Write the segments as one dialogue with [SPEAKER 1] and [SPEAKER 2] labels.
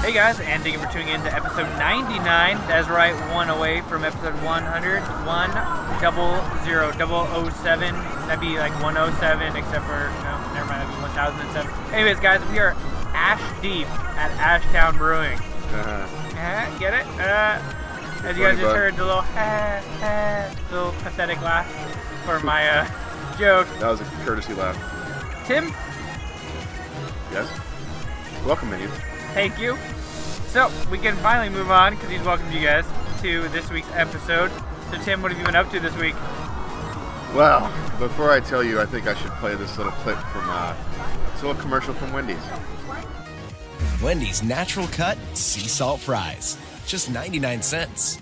[SPEAKER 1] Hey guys, and thank you for tuning in to episode 99. That's right, one away from episode 100. One double zero, double oh seven. That'd be like 107, except for, no, never mind, that'd be 1007. Anyways, guys, we are ash deep at Ashtown Brewing. Uh, get it? Uh, as you
[SPEAKER 2] Funny,
[SPEAKER 1] guys just
[SPEAKER 2] bud.
[SPEAKER 1] heard, the little, uh, uh, little pathetic laugh for my uh, joke.
[SPEAKER 2] that was a courtesy laugh.
[SPEAKER 1] Tim,
[SPEAKER 2] Yes? Welcome, minions.
[SPEAKER 1] Thank you. So we can finally move on because he's welcomed you guys to this week's episode. So Tim, what have you been up to this week?
[SPEAKER 2] Well, before I tell you, I think I should play this little clip from uh, it's a little commercial from Wendy's.
[SPEAKER 3] Wendy's natural cut sea salt fries, just 99 cents.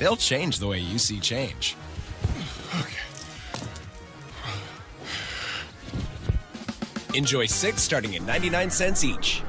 [SPEAKER 3] They'll change the way you see change. Enjoy six starting at 99 cents each.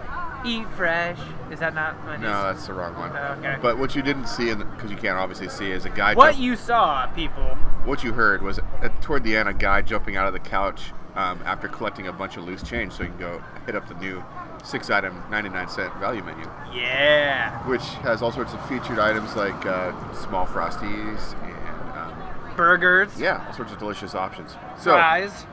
[SPEAKER 1] Eat fresh. Is that not Wendy's?
[SPEAKER 2] No, that's the wrong one.
[SPEAKER 1] Oh, okay.
[SPEAKER 2] But what you didn't see, because you can't obviously see, is a guy.
[SPEAKER 1] What
[SPEAKER 2] jump-
[SPEAKER 1] you saw, people.
[SPEAKER 2] what you heard was at, toward the end a guy jumping out of the couch um, after collecting a bunch of loose change, so you can go hit up the new six-item, 99-cent value menu.
[SPEAKER 1] Yeah.
[SPEAKER 2] which has all sorts of featured items like uh, small frosties and um,
[SPEAKER 1] Burgers.
[SPEAKER 2] yeah, all sorts of delicious options. So,
[SPEAKER 1] Fries.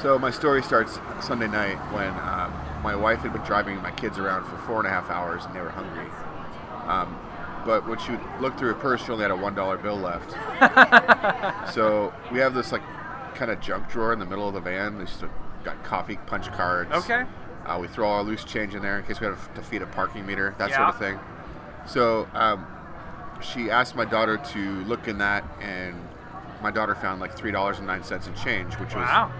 [SPEAKER 2] so my story starts Sunday night when um, my wife had been driving my kids around for four and a half hours and they were hungry. Um, but when she looked through her purse, she only had a one dollar bill left. so we have this like kind of junk drawer in the middle of the van. There's just got coffee punch cards.
[SPEAKER 1] Okay.
[SPEAKER 2] Uh, we throw our loose change in there in case we have to feed a parking meter, that
[SPEAKER 1] Yeah.
[SPEAKER 2] sort of thing. So um, she asked my daughter to look in that, and my daughter found like three dollars and nine cents in change, which
[SPEAKER 1] Wow.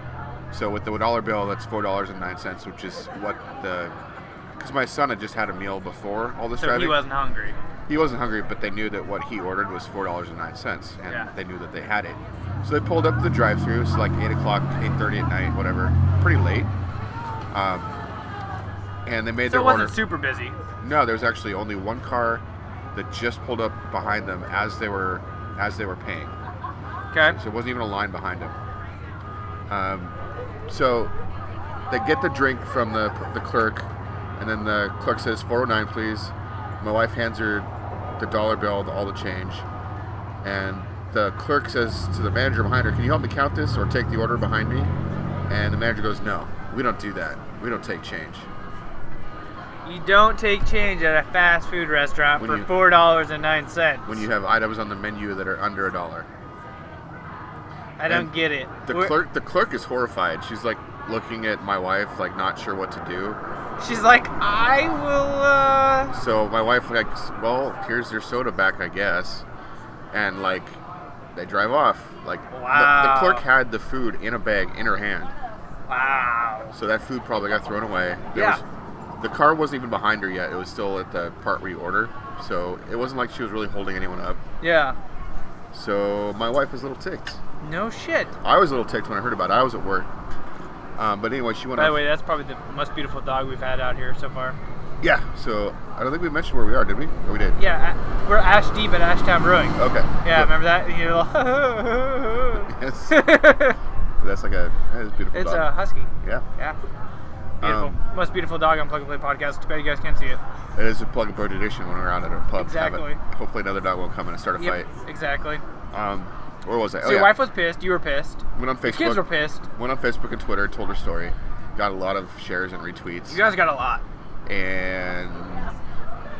[SPEAKER 2] was so with the dollar bill that's four dollars and nine cents, which is what the because my son had just had a meal before all this
[SPEAKER 1] So
[SPEAKER 2] driving.
[SPEAKER 1] he wasn't hungry.
[SPEAKER 2] He wasn't hungry, but they knew that what he ordered was four dollars and nine cents, and
[SPEAKER 1] Yeah.
[SPEAKER 2] they knew that they had it. So they pulled up to the drive-through. It's like eight o'clock, eight thirty at night, whatever. Pretty late. Um, and they made
[SPEAKER 1] So
[SPEAKER 2] their
[SPEAKER 1] it wasn't
[SPEAKER 2] order.
[SPEAKER 1] super busy.
[SPEAKER 2] No, there was actually only one car that just pulled up behind them as they were as they were paying.
[SPEAKER 1] Okay.
[SPEAKER 2] So it wasn't even a line behind them. Um, so they get the drink from the, the clerk, and then the clerk says 409, please. My wife hands her the dollar bill, the, all the change, and the clerk says to the manager behind her, "Can you help me count this or take the order behind me?" And the manager goes, "No, we don't do that. We don't take change."
[SPEAKER 1] You don't take change at a fast food restaurant
[SPEAKER 2] When
[SPEAKER 1] for
[SPEAKER 2] you-
[SPEAKER 1] four dollars and nine cents.
[SPEAKER 2] When you have items on the menu that are under a dollar.
[SPEAKER 1] I don't
[SPEAKER 2] and
[SPEAKER 1] get it.
[SPEAKER 2] The
[SPEAKER 1] We're-
[SPEAKER 2] clerk, the clerk is horrified. She's like looking at my wife, like not sure what to do.
[SPEAKER 1] She's like, I will. uh...
[SPEAKER 2] So my wife like, well, here's your soda back, I guess, and like, they drive off. Like, the-
[SPEAKER 1] Wow.
[SPEAKER 2] the, clerk had the food in a bag in her hand,
[SPEAKER 1] Wow.
[SPEAKER 2] so that food probably got thrown away.
[SPEAKER 1] Yeah.
[SPEAKER 2] was- the car wasn't even behind her yet; it was still at the part where you order. So it wasn't like she was really holding anyone up.
[SPEAKER 1] Yeah.
[SPEAKER 2] So my wife was a little ticked.
[SPEAKER 1] No shit.
[SPEAKER 2] I was a little ticked when I heard about it. I was at work. Um, but anyway, she went.
[SPEAKER 1] By
[SPEAKER 2] off.
[SPEAKER 1] the way, that's probably the most beautiful dog we've had out here so far.
[SPEAKER 2] Yeah, so I don't think we mentioned where we are, did we? Oh, we did.
[SPEAKER 1] Yeah, a- we're ash deep at Ashtown Brewing.
[SPEAKER 2] Okay.
[SPEAKER 1] Yeah,
[SPEAKER 2] Cool.
[SPEAKER 1] remember that? And you're like,
[SPEAKER 2] Yes. That's like a that is a beautiful.
[SPEAKER 1] it's uh, a
[SPEAKER 2] dog.
[SPEAKER 1] husky.
[SPEAKER 2] yeah.
[SPEAKER 1] Yeah. Beautiful.
[SPEAKER 2] Um,
[SPEAKER 1] most beautiful dog on Plug and Play podcast. Too bad you guys can't see it.
[SPEAKER 2] It is a plug and play tradition when we're out at a pub. have it.
[SPEAKER 1] Exactly.
[SPEAKER 2] Hopefully another dog won't come and start a
[SPEAKER 1] Yep, exactly.
[SPEAKER 2] fight. Um, where was I?
[SPEAKER 1] So
[SPEAKER 2] oh,
[SPEAKER 1] your
[SPEAKER 2] yeah.
[SPEAKER 1] wife was pissed. You were pissed.
[SPEAKER 2] went on Facebook.
[SPEAKER 1] Kids were pissed.
[SPEAKER 2] Went on Facebook and Twitter, told her story, got a lot of shares and retweets,
[SPEAKER 1] You guys got a lot.
[SPEAKER 2] and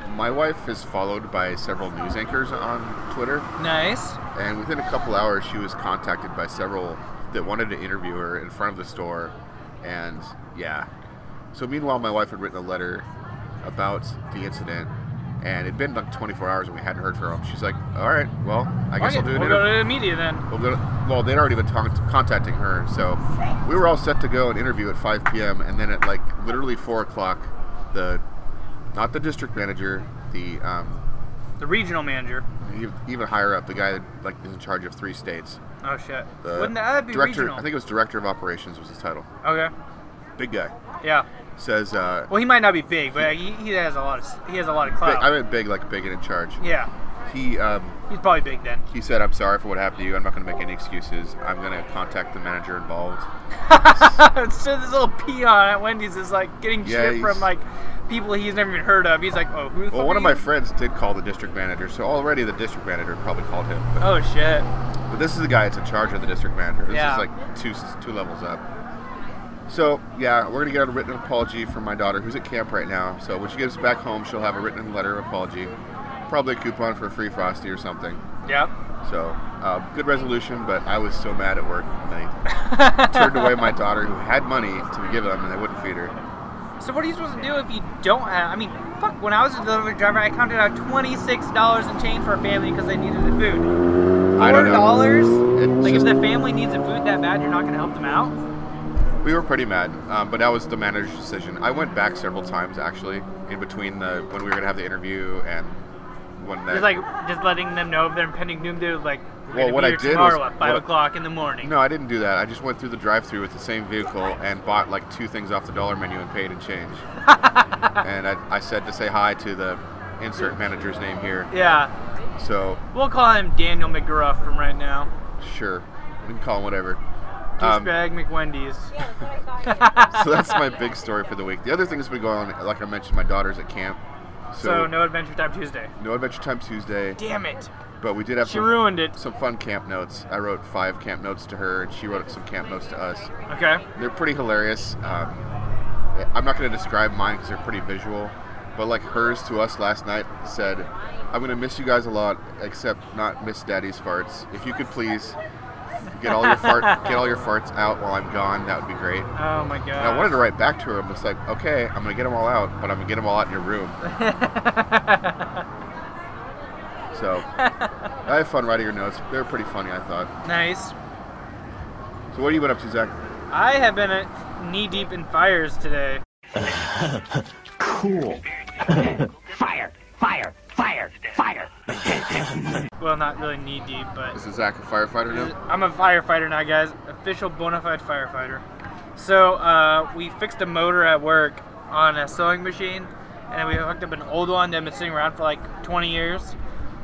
[SPEAKER 2] my wife is followed by several news anchors on Twitter,
[SPEAKER 1] Nice.
[SPEAKER 2] and within a couple hours, she was contacted by several that wanted to interview her in front of the store, and yeah. So meanwhile, my wife had written a letter about the incident, and it'd been like 24 hours, and we hadn't heard from her. She's like, "All right, well, I guess I'll do an
[SPEAKER 1] Oh, we'll
[SPEAKER 2] interview."
[SPEAKER 1] go to the media then.
[SPEAKER 2] Well, good- well, they'd already been talk- contacting her, so we were all set to go and interview at 5 p.m. And then at like literally 4 o'clock, the not the district manager, the um,
[SPEAKER 1] The regional manager.
[SPEAKER 2] e- even higher up, the guy that like is in charge of three states.
[SPEAKER 1] Oh shit.
[SPEAKER 2] The
[SPEAKER 1] Wouldn't that be
[SPEAKER 2] director?
[SPEAKER 1] regional?
[SPEAKER 2] I think it was director of operations was his title.
[SPEAKER 1] Okay.
[SPEAKER 2] Big guy
[SPEAKER 1] Yeah.
[SPEAKER 2] says, uh,
[SPEAKER 1] Well, he might not be big, but he, he has a lot of s- he has a lot of
[SPEAKER 2] big,
[SPEAKER 1] clout.
[SPEAKER 2] I meant big, like big and in charge.
[SPEAKER 1] yeah.
[SPEAKER 2] He um,
[SPEAKER 1] He's probably big then.
[SPEAKER 2] He said, "I'm sorry for what happened to you. I'm not going to make any excuses. I'm going to contact the manager involved."
[SPEAKER 1] so this little peon at Wendy's is like getting
[SPEAKER 2] Yeah,
[SPEAKER 1] shit
[SPEAKER 2] he's-
[SPEAKER 1] from like people he's never even heard of. He's like, oh, who the
[SPEAKER 2] Well,
[SPEAKER 1] fuck
[SPEAKER 2] one
[SPEAKER 1] are
[SPEAKER 2] of my
[SPEAKER 1] you?
[SPEAKER 2] friends did call the district manager, so already the district manager probably called him. But,
[SPEAKER 1] Oh shit.
[SPEAKER 2] but this is the guy that's in charge of the district manager. This
[SPEAKER 1] Yeah.
[SPEAKER 2] is like two two levels up. So yeah, we're gonna get a written apology from my daughter, who's at camp right now. So when she gets back home, she'll have a written letter of apology, probably a coupon for a free frosty or something.
[SPEAKER 1] Yeah.
[SPEAKER 2] So uh, good resolution, but I was so mad at work and I turned away my daughter who had money to give them and they wouldn't feed her.
[SPEAKER 1] So what are you supposed to do if you don't have? I mean, fuck. When I was a delivery driver, I counted out twenty six dollars in change for a family because they needed the food.
[SPEAKER 2] I
[SPEAKER 1] Four
[SPEAKER 2] don't know.
[SPEAKER 1] dollars.
[SPEAKER 2] It's
[SPEAKER 1] Like if
[SPEAKER 2] just-
[SPEAKER 1] the family needs the food that bad, you're not gonna help them out.
[SPEAKER 2] We were pretty mad, um, but that was the manager's decision. I went back several times actually, in between the when we were gonna have the interview and when that.
[SPEAKER 1] Just like just letting them know of their impending doom. Dude, like we're
[SPEAKER 2] Well,
[SPEAKER 1] gonna
[SPEAKER 2] what
[SPEAKER 1] be
[SPEAKER 2] I
[SPEAKER 1] here
[SPEAKER 2] did
[SPEAKER 1] tomorrow
[SPEAKER 2] was-
[SPEAKER 1] at five
[SPEAKER 2] what-
[SPEAKER 1] o'clock in the morning.
[SPEAKER 2] no, I didn't do that. I just went through the drive-through with the same vehicle and bought like two things off the dollar menu and paid in change. and I, I said to say hi to the insert manager's name here.
[SPEAKER 1] Yeah,
[SPEAKER 2] So
[SPEAKER 1] we'll call him Daniel McGruff from right now.
[SPEAKER 2] sure, we can call him whatever. Um,
[SPEAKER 1] Douchebag McWendy's.
[SPEAKER 2] so that's my big story for the week. The other thing that's been going on, like I mentioned, my daughter's at camp. So,
[SPEAKER 1] So no Adventure Time Tuesday.
[SPEAKER 2] no adventure time Tuesday,
[SPEAKER 1] Damn it!
[SPEAKER 2] but we did have
[SPEAKER 1] She
[SPEAKER 2] some,
[SPEAKER 1] ruined it.
[SPEAKER 2] some fun camp notes. I wrote five camp notes to her, and she wrote some camp notes to us.
[SPEAKER 1] Okay.
[SPEAKER 2] They're pretty hilarious. Um, I'm not going to describe mine because they're pretty visual, but like hers to us last night said, "I'm going to miss you guys a lot, except not miss Daddy's farts. If you could please get all your fart get all your farts out while I'm gone, that would be great."
[SPEAKER 1] Oh my god.
[SPEAKER 2] And I wanted to write back to her. I'm just like, okay, I'm gonna get them all out, but I'm gonna get them all out in your room. so I had fun writing her notes. They were pretty funny, I thought.
[SPEAKER 1] Nice.
[SPEAKER 2] So what have you been up to, Zach?
[SPEAKER 1] I have been at knee deep in fires today.
[SPEAKER 4] Fire! Fire! Fire! Fire!
[SPEAKER 1] Well, not really knee deep, but
[SPEAKER 2] This is Zach, a firefighter now.
[SPEAKER 1] I'm a firefighter now, guys. Official bona fide firefighter. So uh, we fixed a motor at work on a sewing machine, and then we hooked up an old one that had been sitting around for like 20 years,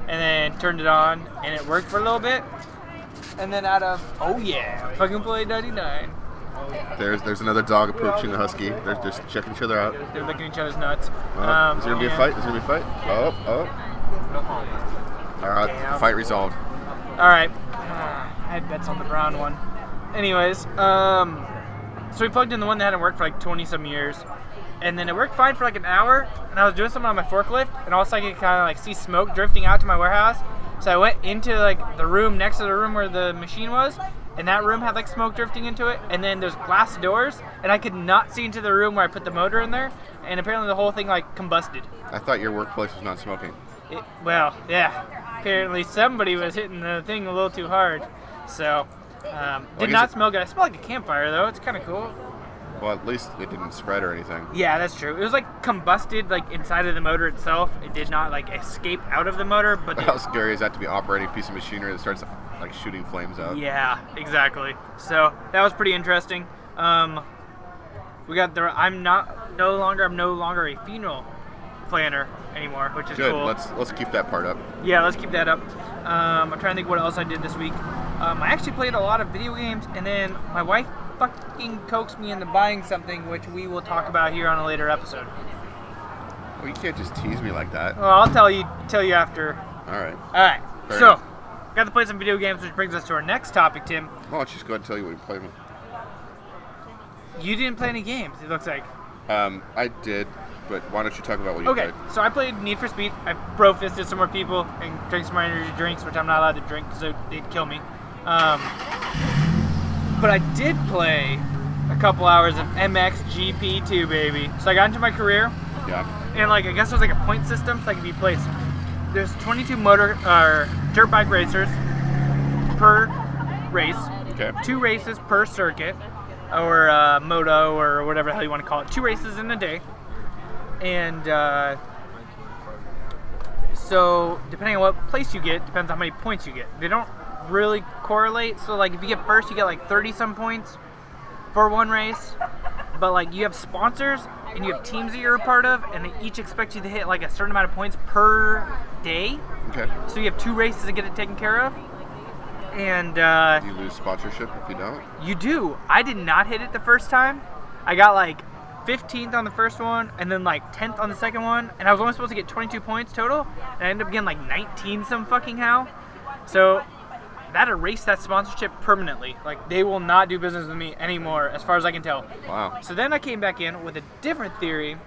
[SPEAKER 1] and then turned it on, and it worked for a little bit. And then out of oh yeah, fucking play 99.
[SPEAKER 2] There's there's another dog approaching the husky. They're just checking each other out.
[SPEAKER 1] They're licking each other's nuts. Um,
[SPEAKER 2] Oh, is there gonna be a
[SPEAKER 1] and-
[SPEAKER 2] fight? Is there gonna be a fight? Oh, oh. All right, fight resolved.
[SPEAKER 1] All right. Ah, I had bets on the brown one. Anyways, um, so we plugged in the one that hadn't worked for like 20 some years, and then it worked fine for like an hour. And I was doing something on my forklift, and all of a sudden I could kind of like see smoke drifting out to my warehouse. So I went into like the room next to the room where the machine was, and that room had like smoke drifting into it. And then there's glass doors, and I could not see into the room where I put the motor in there. And apparently the whole thing like combusted.
[SPEAKER 2] I thought your workplace was not smoking.
[SPEAKER 1] It, well, yeah. Apparently somebody was hitting the thing a little too hard, so um,
[SPEAKER 2] Well, I
[SPEAKER 1] did
[SPEAKER 2] guess
[SPEAKER 1] not
[SPEAKER 2] it-
[SPEAKER 1] smell good. I smelled like a campfire though. It's kind of cool.
[SPEAKER 2] Well, at least it didn't spread or anything.
[SPEAKER 1] Yeah, that's true. It was like combusted like inside of the motor itself. It did not like escape out of the motor, but the-
[SPEAKER 2] How scary is that to be operating a piece of machinery that starts like shooting flames out?
[SPEAKER 1] yeah, exactly. So that was pretty interesting. Um, we got the. I'm not no longer. I'm no longer a funeral planner anymore, which is
[SPEAKER 2] Good.
[SPEAKER 1] cool.
[SPEAKER 2] Let's let's keep that part up.
[SPEAKER 1] Yeah, let's keep that up. Um, I'm trying to think what else I did this week. Um, I actually played a lot of video games, and then my wife fucking coaxed me into buying something, which we will talk about here on a later episode.
[SPEAKER 2] Well, Oh, you can't just tease me like that. All
[SPEAKER 1] Well, I'll tell you tell you after.
[SPEAKER 2] right.
[SPEAKER 1] All right.
[SPEAKER 2] Fair
[SPEAKER 1] so,
[SPEAKER 2] enough.
[SPEAKER 1] got to play some video games, which brings us to our next topic, Tim.
[SPEAKER 2] Well, let's just go ahead and tell you what we played. with.
[SPEAKER 1] You didn't play any games. It looks like.
[SPEAKER 2] Um, I did. But why don't you talk about what you
[SPEAKER 1] Okay,
[SPEAKER 2] played?
[SPEAKER 1] so I played Need for Speed. I bro fisted some more people and drank some more energy drinks, which I'm not allowed to drink because they they'd kill me. Um, but I did play a couple hours of MXGP2, baby. So I got into my career,
[SPEAKER 2] Yeah.
[SPEAKER 1] and like I guess there's like a point system, so I could be placed. There's 22 motor uh, dirt bike racers per race
[SPEAKER 2] Okay.
[SPEAKER 1] two races per circuit, or uh, moto, or whatever the hell you want to call it. Two races in a day, and uh, so depending on what place you get, depends on how many points you get. They don't really correlate. So like, if you get first, you get like thirty some points for one race, but like you have sponsors and you have teams that you're a part of, and they each expect you to hit like a certain amount of points per day.
[SPEAKER 2] Okay.
[SPEAKER 1] So you have two races to get it taken care of, and. Uh,
[SPEAKER 2] You lose sponsorship if you don't.
[SPEAKER 1] you do. I did not hit it the first time. I got like 15th on the first one and then like 10th on the second one. And I was only supposed to get 22 points total. And I ended up getting like 19 some fucking how. So that erased that sponsorship permanently. Like they will not do business with me anymore as far as I can tell.
[SPEAKER 2] Wow.
[SPEAKER 1] So then I came back in with a different theory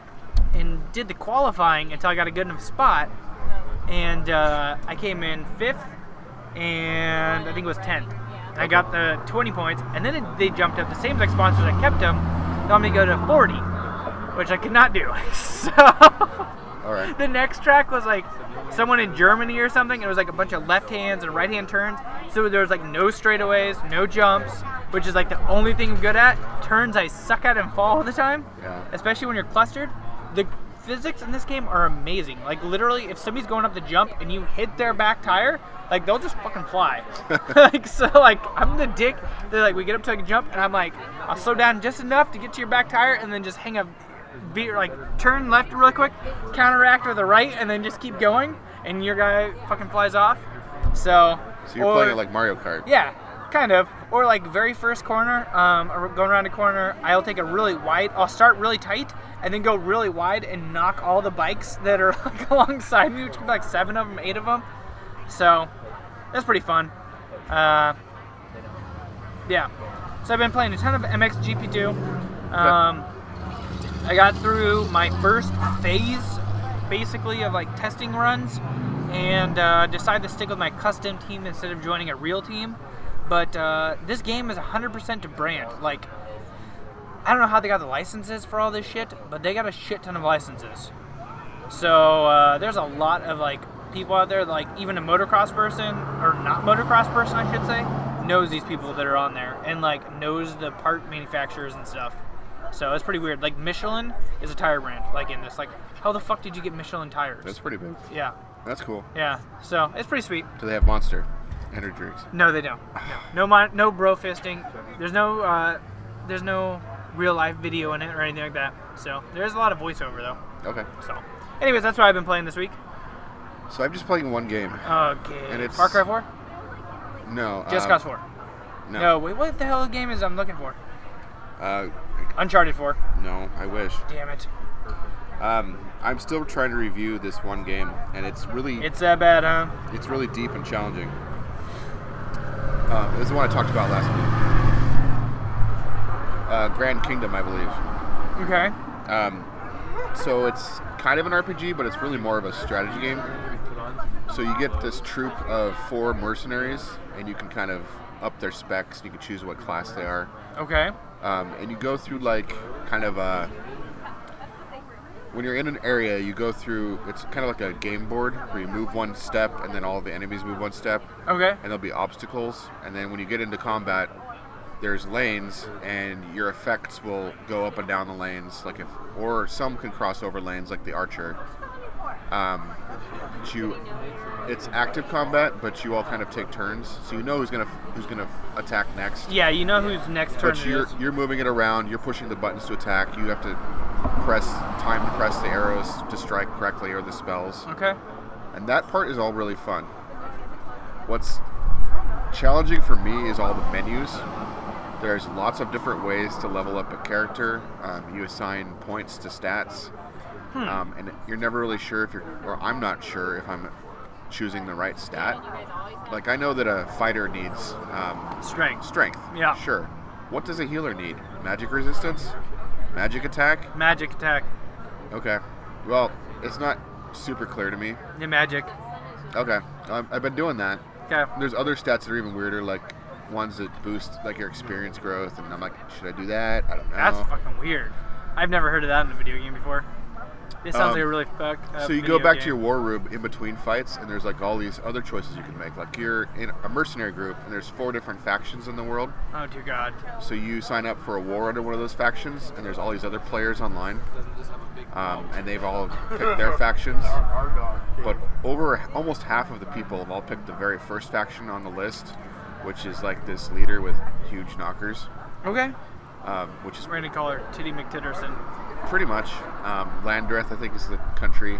[SPEAKER 1] and did the qualifying until I got a good enough spot. And uh, I came in fifth and I think it was 10th. And I got the 20 points and then it, they jumped up. The same exact sponsors that kept them got me to go to 40, which I could not do. so
[SPEAKER 2] All right.
[SPEAKER 1] the next track was like someone in Germany or something. It was like a bunch of left hands and right hand turns. So there was like no straightaways, no jumps, which is like the only thing I'm good at. Turns I suck at and fall all the time.
[SPEAKER 2] Yeah.
[SPEAKER 1] Especially when you're clustered. The physics in this game are amazing. Like literally, if somebody's going up the jump and you hit their back tire, like they'll just fucking fly. like so, like I'm the dick. They're like, we get up to like a jump, and I'm like, I'll slow down just enough to get to your back tire, and then just hang a be like turn left really quick, counteract with the right, and then just keep going, and your guy fucking flies off. So,
[SPEAKER 2] So you're
[SPEAKER 1] or-
[SPEAKER 2] playing it like Mario Kart.
[SPEAKER 1] yeah, kind of. Or like very first corner, um, or going around a corner, I'll take a really wide. I'll start really tight and then go really wide and knock all the bikes that are like alongside me, which could be like seven of them, eight of them. So that's pretty fun. Uh, yeah. So I've been playing a ton of MXGP2. Um, I got through my first phase, basically, of like testing runs, and uh, decided to stick with my custom team instead of joining a real team. But uh, this game is 100% to brand. Like, I don't know how they got the licenses for all this shit, but they got a shit ton of licenses. So uh, there's a lot of like people out there, like even a motocross person or not motocross person, I should say, knows these people that are on there and like knows the part manufacturers and stuff. So it's pretty weird. Like Michelin is a tire brand, like in this. Like, how the fuck did you get Michelin tires?
[SPEAKER 2] That's pretty big.
[SPEAKER 1] yeah,
[SPEAKER 2] That's cool.
[SPEAKER 1] yeah. So it's pretty sweet.
[SPEAKER 2] Do they have Monster energy drinks?
[SPEAKER 1] No, they don't. No, no, mon- no bro fisting. There's no, uh, there's no real life video in it or anything like that. So there is a lot of voiceover though.
[SPEAKER 2] Okay.
[SPEAKER 1] So, anyways, that's what I've been playing this week.
[SPEAKER 2] So I'm just playing one game.
[SPEAKER 1] Okay.
[SPEAKER 2] And it's-
[SPEAKER 1] Far Cry 4?
[SPEAKER 2] No.
[SPEAKER 1] Just
[SPEAKER 2] uh,
[SPEAKER 1] Cause 4.
[SPEAKER 2] No.
[SPEAKER 1] No, wait, what the hell game is I'm looking for?
[SPEAKER 2] Uh,
[SPEAKER 1] Uncharted 4.
[SPEAKER 2] no. I wish.
[SPEAKER 1] Damn it.
[SPEAKER 2] Um, I'm still trying to review this one game, and it's really
[SPEAKER 1] It's that bad, huh?
[SPEAKER 2] it's really deep and challenging. Uh, this is one I talked about last week. Uh, Grand Kingdom, I believe.
[SPEAKER 1] Okay.
[SPEAKER 2] Um, so it's kind of an RPG, but it's really more of a strategy game. So you get this troop of four mercenaries, and you can kind of up their specs. You can choose what class they are,
[SPEAKER 1] Okay.
[SPEAKER 2] um, and you go through like kind of a. When you're in an area, you go through. It's kind of like a game board where you move one step, and then all the enemies move one step,
[SPEAKER 1] Okay.
[SPEAKER 2] and there'll be obstacles. And then when you get into combat, there's lanes, and your effects will go up and down the lanes. Like if, or some can cross over lanes, like the archer. Um, but you, it's active combat, but you all kind of take turns, so you know who's gonna who's gonna attack next.
[SPEAKER 1] Yeah, you know whose next turn
[SPEAKER 2] But
[SPEAKER 1] it
[SPEAKER 2] you're
[SPEAKER 1] is.
[SPEAKER 2] you're moving it around. You're pushing the buttons to attack. You have to press time to press the arrows to strike correctly or the spells
[SPEAKER 1] Okay.
[SPEAKER 2] and that part is all really fun. What's challenging for me is all the menus. There's lots of different ways to level up a character. Um, you assign points to stats, um, and you're never really sure if you're, or I'm not sure if I'm choosing the right stat. Like I know that a fighter needs um,
[SPEAKER 1] Strength.
[SPEAKER 2] strength.
[SPEAKER 1] Yeah.
[SPEAKER 2] Sure. What does a healer need? Magic resistance, magic attack.
[SPEAKER 1] Magic attack.
[SPEAKER 2] Okay. Well, it's not super clear to me.
[SPEAKER 1] The magic.
[SPEAKER 2] Okay, um, I've been doing that.
[SPEAKER 1] Okay.
[SPEAKER 2] There's other stats that are even weirder, like ones that boost like your experience growth, and I'm like, should I do that? I don't know.
[SPEAKER 1] That's fucking weird. I've never heard of that in a video game before. This sounds
[SPEAKER 2] Um,
[SPEAKER 1] like a really fucked up
[SPEAKER 2] so you go
[SPEAKER 1] video
[SPEAKER 2] back to
[SPEAKER 1] game.
[SPEAKER 2] your war room in between fights, and there's like all these other choices you can make. Like you're in a mercenary group, and there's four different factions in the world.
[SPEAKER 1] Oh dear God.
[SPEAKER 2] So you sign up for a war under one of those factions, and there's all these other players online, um, and they've all picked their factions. But over almost half of the people have all picked the very first faction on the list, which is like this leader with huge knockers,
[SPEAKER 1] Okay.
[SPEAKER 2] um, which is
[SPEAKER 1] We're gonna call her Titty McTitterson.
[SPEAKER 2] pretty much um, Landreth. I think is the country.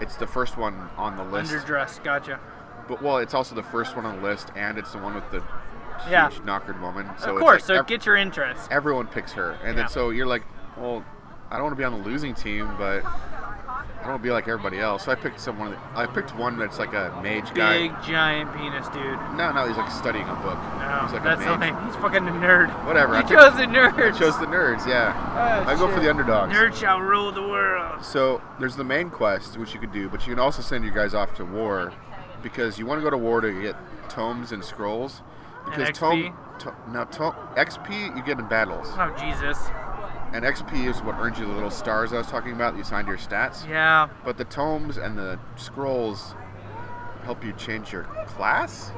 [SPEAKER 2] It's the first one on the list.
[SPEAKER 1] Underdressed. Gotcha.
[SPEAKER 2] But well, it's also the first one on the list, and it's the one with the huge
[SPEAKER 1] Yeah.
[SPEAKER 2] knockered woman. So
[SPEAKER 1] of
[SPEAKER 2] it's
[SPEAKER 1] course.
[SPEAKER 2] like
[SPEAKER 1] so
[SPEAKER 2] ev-
[SPEAKER 1] get your interest.
[SPEAKER 2] everyone picks her, and
[SPEAKER 1] Yeah.
[SPEAKER 2] then so you're like, well, I don't want to be on the losing team, but I don't want to be like everybody else. So I picked someone. That, I picked one that's like a mage guy.
[SPEAKER 1] Big giant penis, dude.
[SPEAKER 2] No, no, he's like studying a book.
[SPEAKER 1] No,
[SPEAKER 2] he's like
[SPEAKER 1] that's
[SPEAKER 2] a
[SPEAKER 1] the
[SPEAKER 2] mage.
[SPEAKER 1] thing. He's fucking a nerd.
[SPEAKER 2] Whatever.
[SPEAKER 1] He
[SPEAKER 2] I took-
[SPEAKER 1] chose the
[SPEAKER 2] I
[SPEAKER 1] nerd.
[SPEAKER 2] chose the nerds. Yeah,
[SPEAKER 1] Oh,
[SPEAKER 2] I go for the underdogs.
[SPEAKER 1] Nerd shall rule the world.
[SPEAKER 2] So there's the main quest, which you can do, but you can also send your guys off to war because you want to go to war to get tomes and scrolls.
[SPEAKER 1] And
[SPEAKER 2] Because
[SPEAKER 1] XP?
[SPEAKER 2] tome, to, now tome, XP you get in battles,
[SPEAKER 1] Oh Jesus.
[SPEAKER 2] and XP is what earns you the little stars I was talking about. that You signed your stats,
[SPEAKER 1] Yeah.
[SPEAKER 2] but the tomes and the scrolls help you change your class.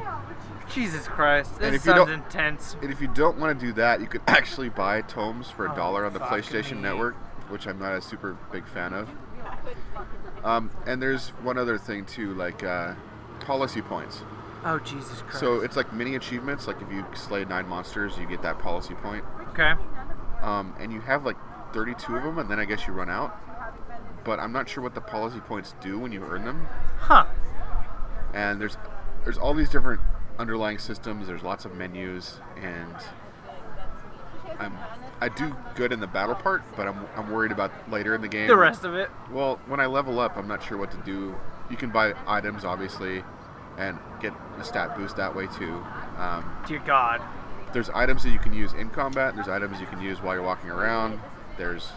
[SPEAKER 1] Jesus Christ.
[SPEAKER 2] And
[SPEAKER 1] This
[SPEAKER 2] if you
[SPEAKER 1] sounds
[SPEAKER 2] don't-
[SPEAKER 1] intense.
[SPEAKER 2] And if you don't want to do that, you can actually buy tomes for a dollar on the
[SPEAKER 1] fuck
[SPEAKER 2] PlayStation
[SPEAKER 1] me.
[SPEAKER 2] Network, which I'm not a super big fan of. Um, and there's one other thing too, like uh, policy points.
[SPEAKER 1] Oh Jesus Christ.
[SPEAKER 2] So it's like mini achievements. Like if you slay nine monsters, you get that policy point.
[SPEAKER 1] okay.
[SPEAKER 2] Um, and you have like 32 of them, and then I guess you run out. But I'm not sure what the policy points do when you earn them.
[SPEAKER 1] Huh.
[SPEAKER 2] And there's there's all these different underlying systems. There's lots of menus, and I'm I do good in the battle part, but I'm I'm worried about later in the game.
[SPEAKER 1] The rest of it.
[SPEAKER 2] Well, when I level up, I'm not sure what to do. You can buy items, obviously, and get a stat boost that way too. Um,
[SPEAKER 1] Dear God.
[SPEAKER 2] there's items that you can use in combat. There's items you can use while you're walking around. There's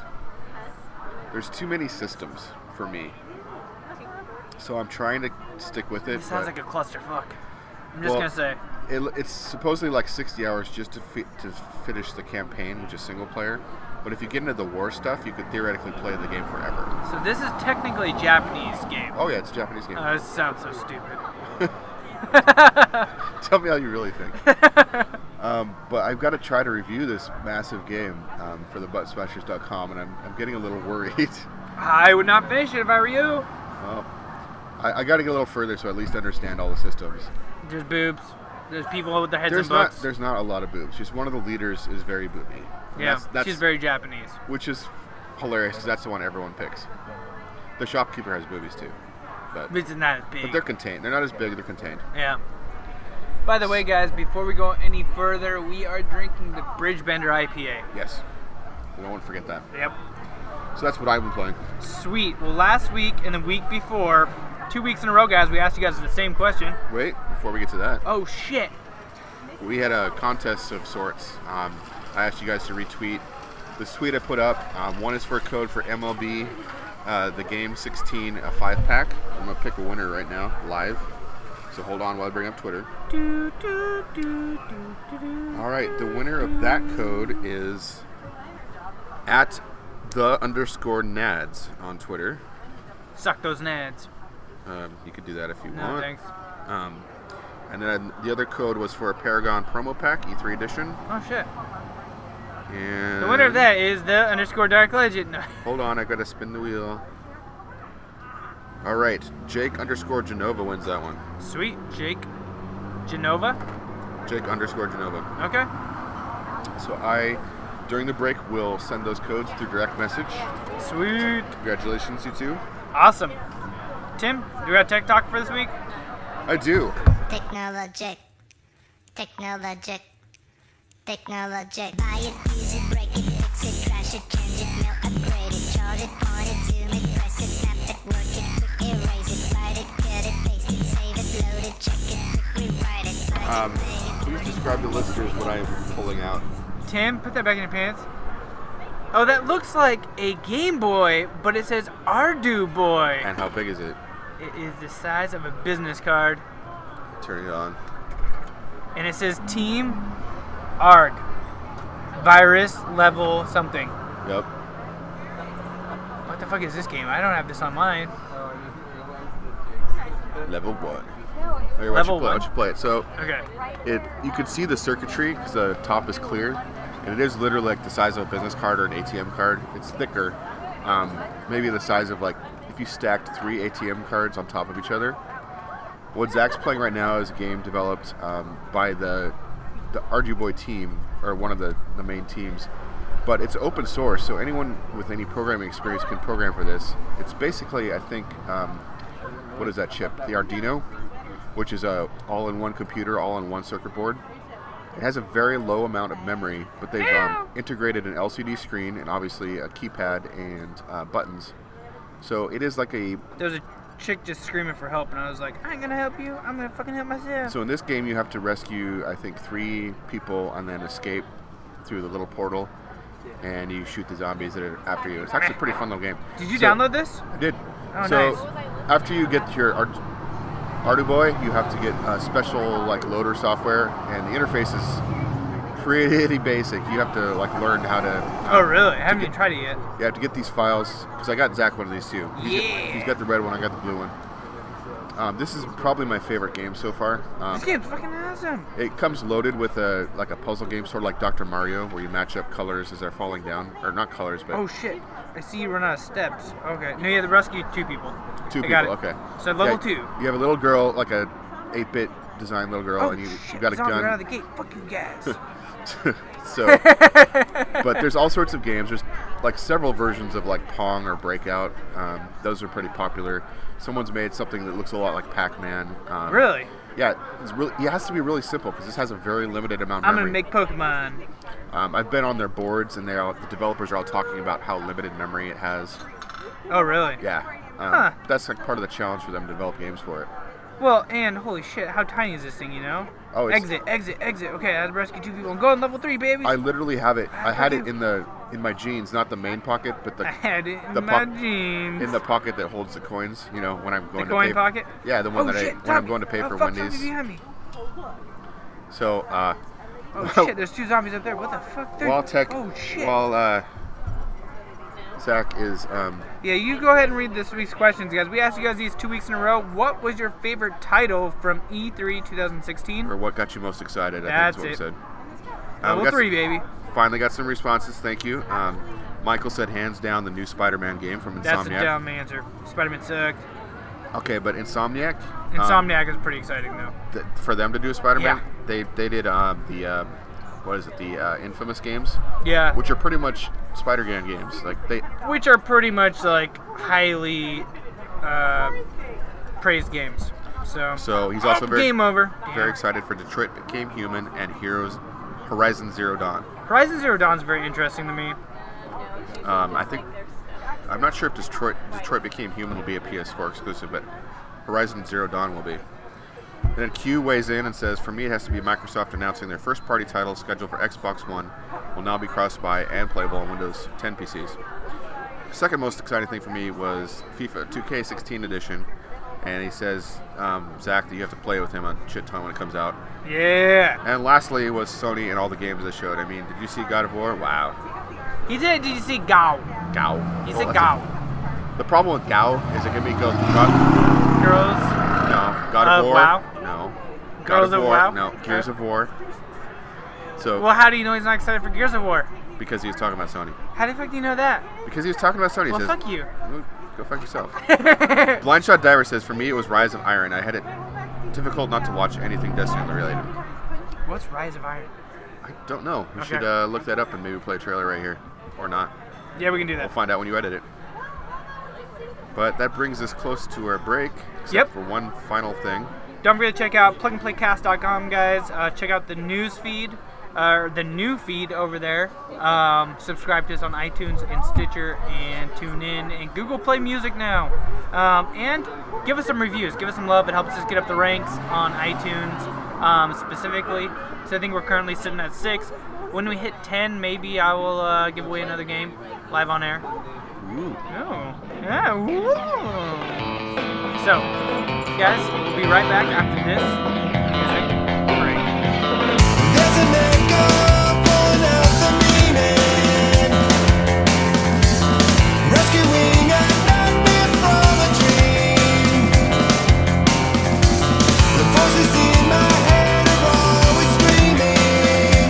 [SPEAKER 2] there's too many systems for me. So I'm trying to stick with it.
[SPEAKER 1] This sounds
[SPEAKER 2] but
[SPEAKER 1] like a clusterfuck. I'm just
[SPEAKER 2] Well-
[SPEAKER 1] gonna say.
[SPEAKER 2] it, it's supposedly like 60 hours just to fi- to finish the campaign, which is single player. But if you get into the war stuff, you could theoretically play the game forever.
[SPEAKER 1] So this is technically a Japanese game.
[SPEAKER 2] Oh yeah, it's a Japanese game.
[SPEAKER 1] Oh, this sounds so stupid.
[SPEAKER 2] Tell me how you really think. um, but I've got to try to review this massive game um, for the buttsmashers.com, and I'm, I'm getting a little worried.
[SPEAKER 1] I would not finish it if I were you.
[SPEAKER 2] Well, I, I got to get a little further so I at least understand all the systems.
[SPEAKER 1] There's boobs. There's people with their heads
[SPEAKER 2] There's
[SPEAKER 1] in
[SPEAKER 2] not
[SPEAKER 1] books.
[SPEAKER 2] there's not a lot of boobs. Just one of the leaders is very booby. And
[SPEAKER 1] yeah,
[SPEAKER 2] that's, that's,
[SPEAKER 1] she's very Japanese.
[SPEAKER 2] which is hilarious because that's the one everyone picks. The shopkeeper has boobies too, but
[SPEAKER 1] But it's not as big.
[SPEAKER 2] but they're contained. They're not as big. They're contained.
[SPEAKER 1] Yeah. By the way, guys, before we go any further, we are drinking the Bridgebender IPA.
[SPEAKER 2] Yes, I don't want to forget that.
[SPEAKER 1] Yep.
[SPEAKER 2] So that's what I've been playing.
[SPEAKER 1] Sweet. Well, last week and the week before, two weeks in a row, guys, we asked you guys the same question.
[SPEAKER 2] Wait, before we get to that,
[SPEAKER 1] Oh shit.
[SPEAKER 2] we had a contest of sorts. Um, I asked you guys to retweet this tweet I put up. Um, one is for a code for MLB, uh, the game 16, a five pack. I'm gonna pick a winner right now, live. So hold on while I bring up Twitter.
[SPEAKER 1] Do, do, do, do, do, do.
[SPEAKER 2] All right, the winner of that code is at the underscore nads on Twitter.
[SPEAKER 1] Suck those nads.
[SPEAKER 2] Um, you could do that if you
[SPEAKER 1] No
[SPEAKER 2] want.
[SPEAKER 1] thanks.
[SPEAKER 2] Um, and then the other code was for a Paragon promo pack, E3 edition.
[SPEAKER 1] Oh shit.
[SPEAKER 2] And
[SPEAKER 1] The winner of that is the underscore dark legend.
[SPEAKER 2] Hold on, I gotta spin the wheel. All right, Jake underscore Genova wins that one.
[SPEAKER 1] Sweet, Jake. Genova.
[SPEAKER 2] Jake underscore Genova.
[SPEAKER 1] Okay.
[SPEAKER 2] So I, during the break, will send those codes through direct message.
[SPEAKER 1] Sweet.
[SPEAKER 2] Congratulations, you two.
[SPEAKER 1] Awesome. Tim, you got tech talk for this week?
[SPEAKER 2] I do.
[SPEAKER 5] Technologic. Technologic. Technologic. Buy it, use it, break it, fix it, crash it, change it, mail, upgrade it, charge it, point it, zoom it, press it, snap it, work it, quick erase it, write it, cut it, paste it, save it, load it, check it, quick rewrite it, find
[SPEAKER 2] Um,
[SPEAKER 5] it, play it.
[SPEAKER 2] please describe to listeners what I'm pulling out.
[SPEAKER 1] Tim, put that back in your pants. Oh, that looks like a Game Boy, but it says Ardu Boy.
[SPEAKER 2] And how big is it?
[SPEAKER 1] It is the size of a business card,
[SPEAKER 2] Turn it on.
[SPEAKER 1] and it says Team Arg Virus Level Something.
[SPEAKER 2] Yep.
[SPEAKER 1] What the fuck is this game? I don't have this on mine.
[SPEAKER 2] Level one. Okay, why don't
[SPEAKER 1] Level
[SPEAKER 2] you play, why
[SPEAKER 1] one.
[SPEAKER 2] don't you play it? So
[SPEAKER 1] Okay.
[SPEAKER 2] it you could see the circuitry because the top is clear, and it is literally like the size of a business card or an ATM card. It's thicker, um, maybe the size of like if you stacked three ATM cards on top of each other. What Zach's playing right now is a game developed um, by the the Ardu Boy team or one of the, the main teams, but it's open source, so anyone with any programming experience can program for this. It's basically, I think, um, what is that chip? The Arduino, which is a all-in-one computer, all-in-one circuit board. It has a very low amount of memory, but they've um, integrated an LCD screen and obviously a keypad and uh, buttons. So it is like a
[SPEAKER 1] There was a chick just screaming for help, and I was like, I ain't gonna help you. I'm gonna fucking help myself.
[SPEAKER 2] So in this game, you have to rescue, I think, three people and then escape through the little portal, and you shoot the zombies that are after you. It's actually a pretty fun little game.
[SPEAKER 1] Did you
[SPEAKER 2] So-
[SPEAKER 1] download this?
[SPEAKER 2] I did.
[SPEAKER 1] Oh,
[SPEAKER 2] so
[SPEAKER 1] nice.
[SPEAKER 2] after you get your Ar- Ardu Boy, you have to get uh, special like loader software, and the interface is pretty basic. You have to like learn how to.
[SPEAKER 1] Oh, really? I haven't even tried it yet.
[SPEAKER 2] You have to get these files because I got Zach one of these too. He's got- he's got the red one. I got the blue one. Um, this is probably my favorite game so far. Um,
[SPEAKER 1] This game's fucking awesome.
[SPEAKER 2] it comes loaded with a like a puzzle game, sort of like Dr. Mario, where you match up colors as they're falling down, or not colors, but
[SPEAKER 1] Oh shit! I see you run out of steps. Okay. No, you have to rescue two people.
[SPEAKER 2] two
[SPEAKER 1] I
[SPEAKER 2] people.
[SPEAKER 1] got it.
[SPEAKER 2] Okay.
[SPEAKER 1] So level
[SPEAKER 2] Yeah,
[SPEAKER 1] two.
[SPEAKER 2] You have a little girl, like a 8-bit design little girl,
[SPEAKER 1] Oh
[SPEAKER 2] and you
[SPEAKER 1] shit!
[SPEAKER 2] you got a
[SPEAKER 1] zombie
[SPEAKER 2] gun.
[SPEAKER 1] ran out of the gate. Fuck you guys.
[SPEAKER 2] so, but there's all sorts of games. There's like several versions of like Pong or Breakout. Um, those are pretty popular. Someone's made something that looks a lot like Pac-Man. Um,
[SPEAKER 1] really?
[SPEAKER 2] Yeah. It's really. It has to be really simple because this has a very limited amount. of
[SPEAKER 1] I'm gonna
[SPEAKER 2] memory.
[SPEAKER 1] make Pokemon.
[SPEAKER 2] Um, I've been on their boards, and they all, the developers are all talking about how limited memory it has.
[SPEAKER 1] Oh really?
[SPEAKER 2] Yeah, um,
[SPEAKER 1] Huh.
[SPEAKER 2] that's like part of the challenge for them to develop games for it.
[SPEAKER 1] Well, and holy shit, how tiny is this thing? You know?
[SPEAKER 2] Oh, it's-
[SPEAKER 1] exit, exit, exit. Okay, I had to rescue two people. I'm going level three, baby.
[SPEAKER 2] I literally have it. I had it in the in my jeans, not the main pocket, but
[SPEAKER 1] I
[SPEAKER 2] the
[SPEAKER 1] had it in
[SPEAKER 2] the
[SPEAKER 1] my
[SPEAKER 2] poc-
[SPEAKER 1] jeans.
[SPEAKER 2] in the pocket that holds the coins. You know, when I'm going to
[SPEAKER 1] coin
[SPEAKER 2] pay,
[SPEAKER 1] pocket?
[SPEAKER 2] Yeah, the one
[SPEAKER 1] oh
[SPEAKER 2] that
[SPEAKER 1] shit!
[SPEAKER 2] I when I'm
[SPEAKER 1] zombie.
[SPEAKER 2] going to pay
[SPEAKER 1] oh,
[SPEAKER 2] for
[SPEAKER 1] fuck, zombie
[SPEAKER 2] Wendy's.
[SPEAKER 1] behind me.
[SPEAKER 2] So uh,
[SPEAKER 1] Oh shit! There's two zombies up there. What the fuck? They're-
[SPEAKER 2] while tech,
[SPEAKER 1] Oh shit!
[SPEAKER 2] while uh, Zach is um,
[SPEAKER 1] Yeah, you go ahead and read this week's questions, guys. We asked you guys these two weeks in a row. What was your favorite title from E E3 2016?
[SPEAKER 2] or what got you most excited? I
[SPEAKER 1] That's
[SPEAKER 2] think is what
[SPEAKER 1] it.
[SPEAKER 2] we said. Um, we
[SPEAKER 1] Level
[SPEAKER 2] got
[SPEAKER 1] three,
[SPEAKER 2] some-
[SPEAKER 1] baby.
[SPEAKER 2] Finally got some responses. Thank you. Um, Michael said, hands down, the new Spider-Man game from Insomniac.
[SPEAKER 1] That's a dumb answer. Spider-Man sucked.
[SPEAKER 2] Okay, but Insomniac. um,
[SPEAKER 1] Insomniac is pretty exciting though.
[SPEAKER 2] th- for them to do a Spider-Man,
[SPEAKER 1] Yeah.
[SPEAKER 2] they they did um, the uh, what is it? The uh, Infamous games,
[SPEAKER 1] Yeah, which,
[SPEAKER 2] which are pretty much Spider-Man games. Like they,
[SPEAKER 1] are pretty much like highly uh, praised games. So,
[SPEAKER 2] so he's also
[SPEAKER 1] Oh,
[SPEAKER 2] very
[SPEAKER 1] game over.
[SPEAKER 2] very
[SPEAKER 1] Yeah.
[SPEAKER 2] excited for Detroit Became Human and Heroes Horizon Zero Dawn.
[SPEAKER 1] Horizon Zero Dawn's very interesting to me.
[SPEAKER 2] Um, I think I'm not sure if Detroit Detroit Became Human will be a PS4 exclusive, but Horizon Zero Dawn will be. And then Q weighs in and says, "For me, it has to be Microsoft announcing their first-party title scheduled for Xbox One will now be cross-buy and playable on Windows 10 PCs." Second most exciting thing for me was FIFA 2K16 edition, and he says, um, "Zach, that you have to play with him a shit ton when it comes out."
[SPEAKER 1] Yeah.
[SPEAKER 2] And lastly was Sony and all the games they showed. I mean, did you see God of War? Wow,
[SPEAKER 1] He did. Did you see Gao?
[SPEAKER 2] Gow.
[SPEAKER 1] He
[SPEAKER 2] Well,
[SPEAKER 1] said
[SPEAKER 2] that's a-
[SPEAKER 1] Gao.
[SPEAKER 2] the problem with Gao is it can be go God,
[SPEAKER 1] Girls.
[SPEAKER 2] no God of
[SPEAKER 1] Of
[SPEAKER 2] War,
[SPEAKER 1] WoW?
[SPEAKER 2] no God
[SPEAKER 1] Girls
[SPEAKER 2] of
[SPEAKER 1] of
[SPEAKER 2] War,
[SPEAKER 1] WoW?
[SPEAKER 2] no Gears of War. So
[SPEAKER 1] Well, how do you know he's not excited for Gears of War?
[SPEAKER 2] because he was talking about Sony,
[SPEAKER 1] How the fuck do you know that?
[SPEAKER 2] because he was talking about Sony, he
[SPEAKER 1] Well,
[SPEAKER 2] says,
[SPEAKER 1] fuck you.
[SPEAKER 2] "Well, go fuck yourself. Blind Shot Diver says, for me it was Rise of Iron. I had it difficult not to watch anything Destiny related.
[SPEAKER 1] What's Rise of Iron?
[SPEAKER 2] I don't know. You
[SPEAKER 1] Okay.
[SPEAKER 2] should uh, look that up and maybe play a trailer right here, or not.
[SPEAKER 1] Yeah, we can do
[SPEAKER 2] We'll
[SPEAKER 1] that.
[SPEAKER 2] find out when you edit it. But that brings us close to our break, except
[SPEAKER 1] Yep.
[SPEAKER 2] for one final thing.
[SPEAKER 1] Don't forget to check out plugandplaycast.com, guys. Uh, check out the news feed, uh, or the new feed over there. Um, subscribe to us on iTunes and Stitcher and tune in and Google Play Music now. Um, and give us some reviews. Give us some love. It helps us get up the ranks on iTunes um, specifically. So I think we're currently sitting at six. when we hit 10, maybe I will uh, give away another game live on air.
[SPEAKER 2] Ooh.
[SPEAKER 1] Oh, yeah. Woo. So, guys, we'll be right back after this music break.
[SPEAKER 6] There's an echo pulling out the meaning, rescuing a nightmare from a dream. The voices in my head are always screaming,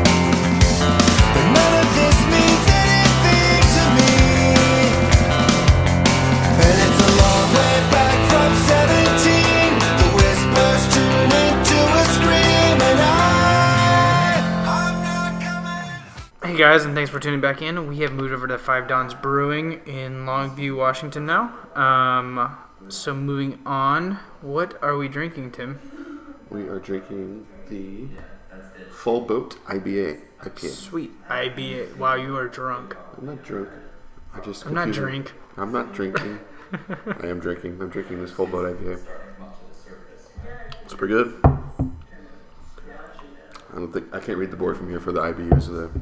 [SPEAKER 6] but none of this means anything to me. And it's a long way back from seventeen. The whispers turn into a scream, and I, I'm not coming.
[SPEAKER 1] Hey guys, and thanks for tuning back in. We have moved over to Five Dons Brewing in Longview, Washington now. Um, so moving on, what are we drinking, Tim?
[SPEAKER 2] We are drinking the Full Boat IBA. IPA.
[SPEAKER 1] Sweet IBA. Wow, you are drunk.
[SPEAKER 2] I'm not drunk. I just.
[SPEAKER 1] I'm not
[SPEAKER 2] confused it.
[SPEAKER 1] drink.
[SPEAKER 2] I'm not drinking. I am drinking. I'm drinking this Full Boat IPA. It's pretty good. I don't think I can't read the board from here for the IBUs of the.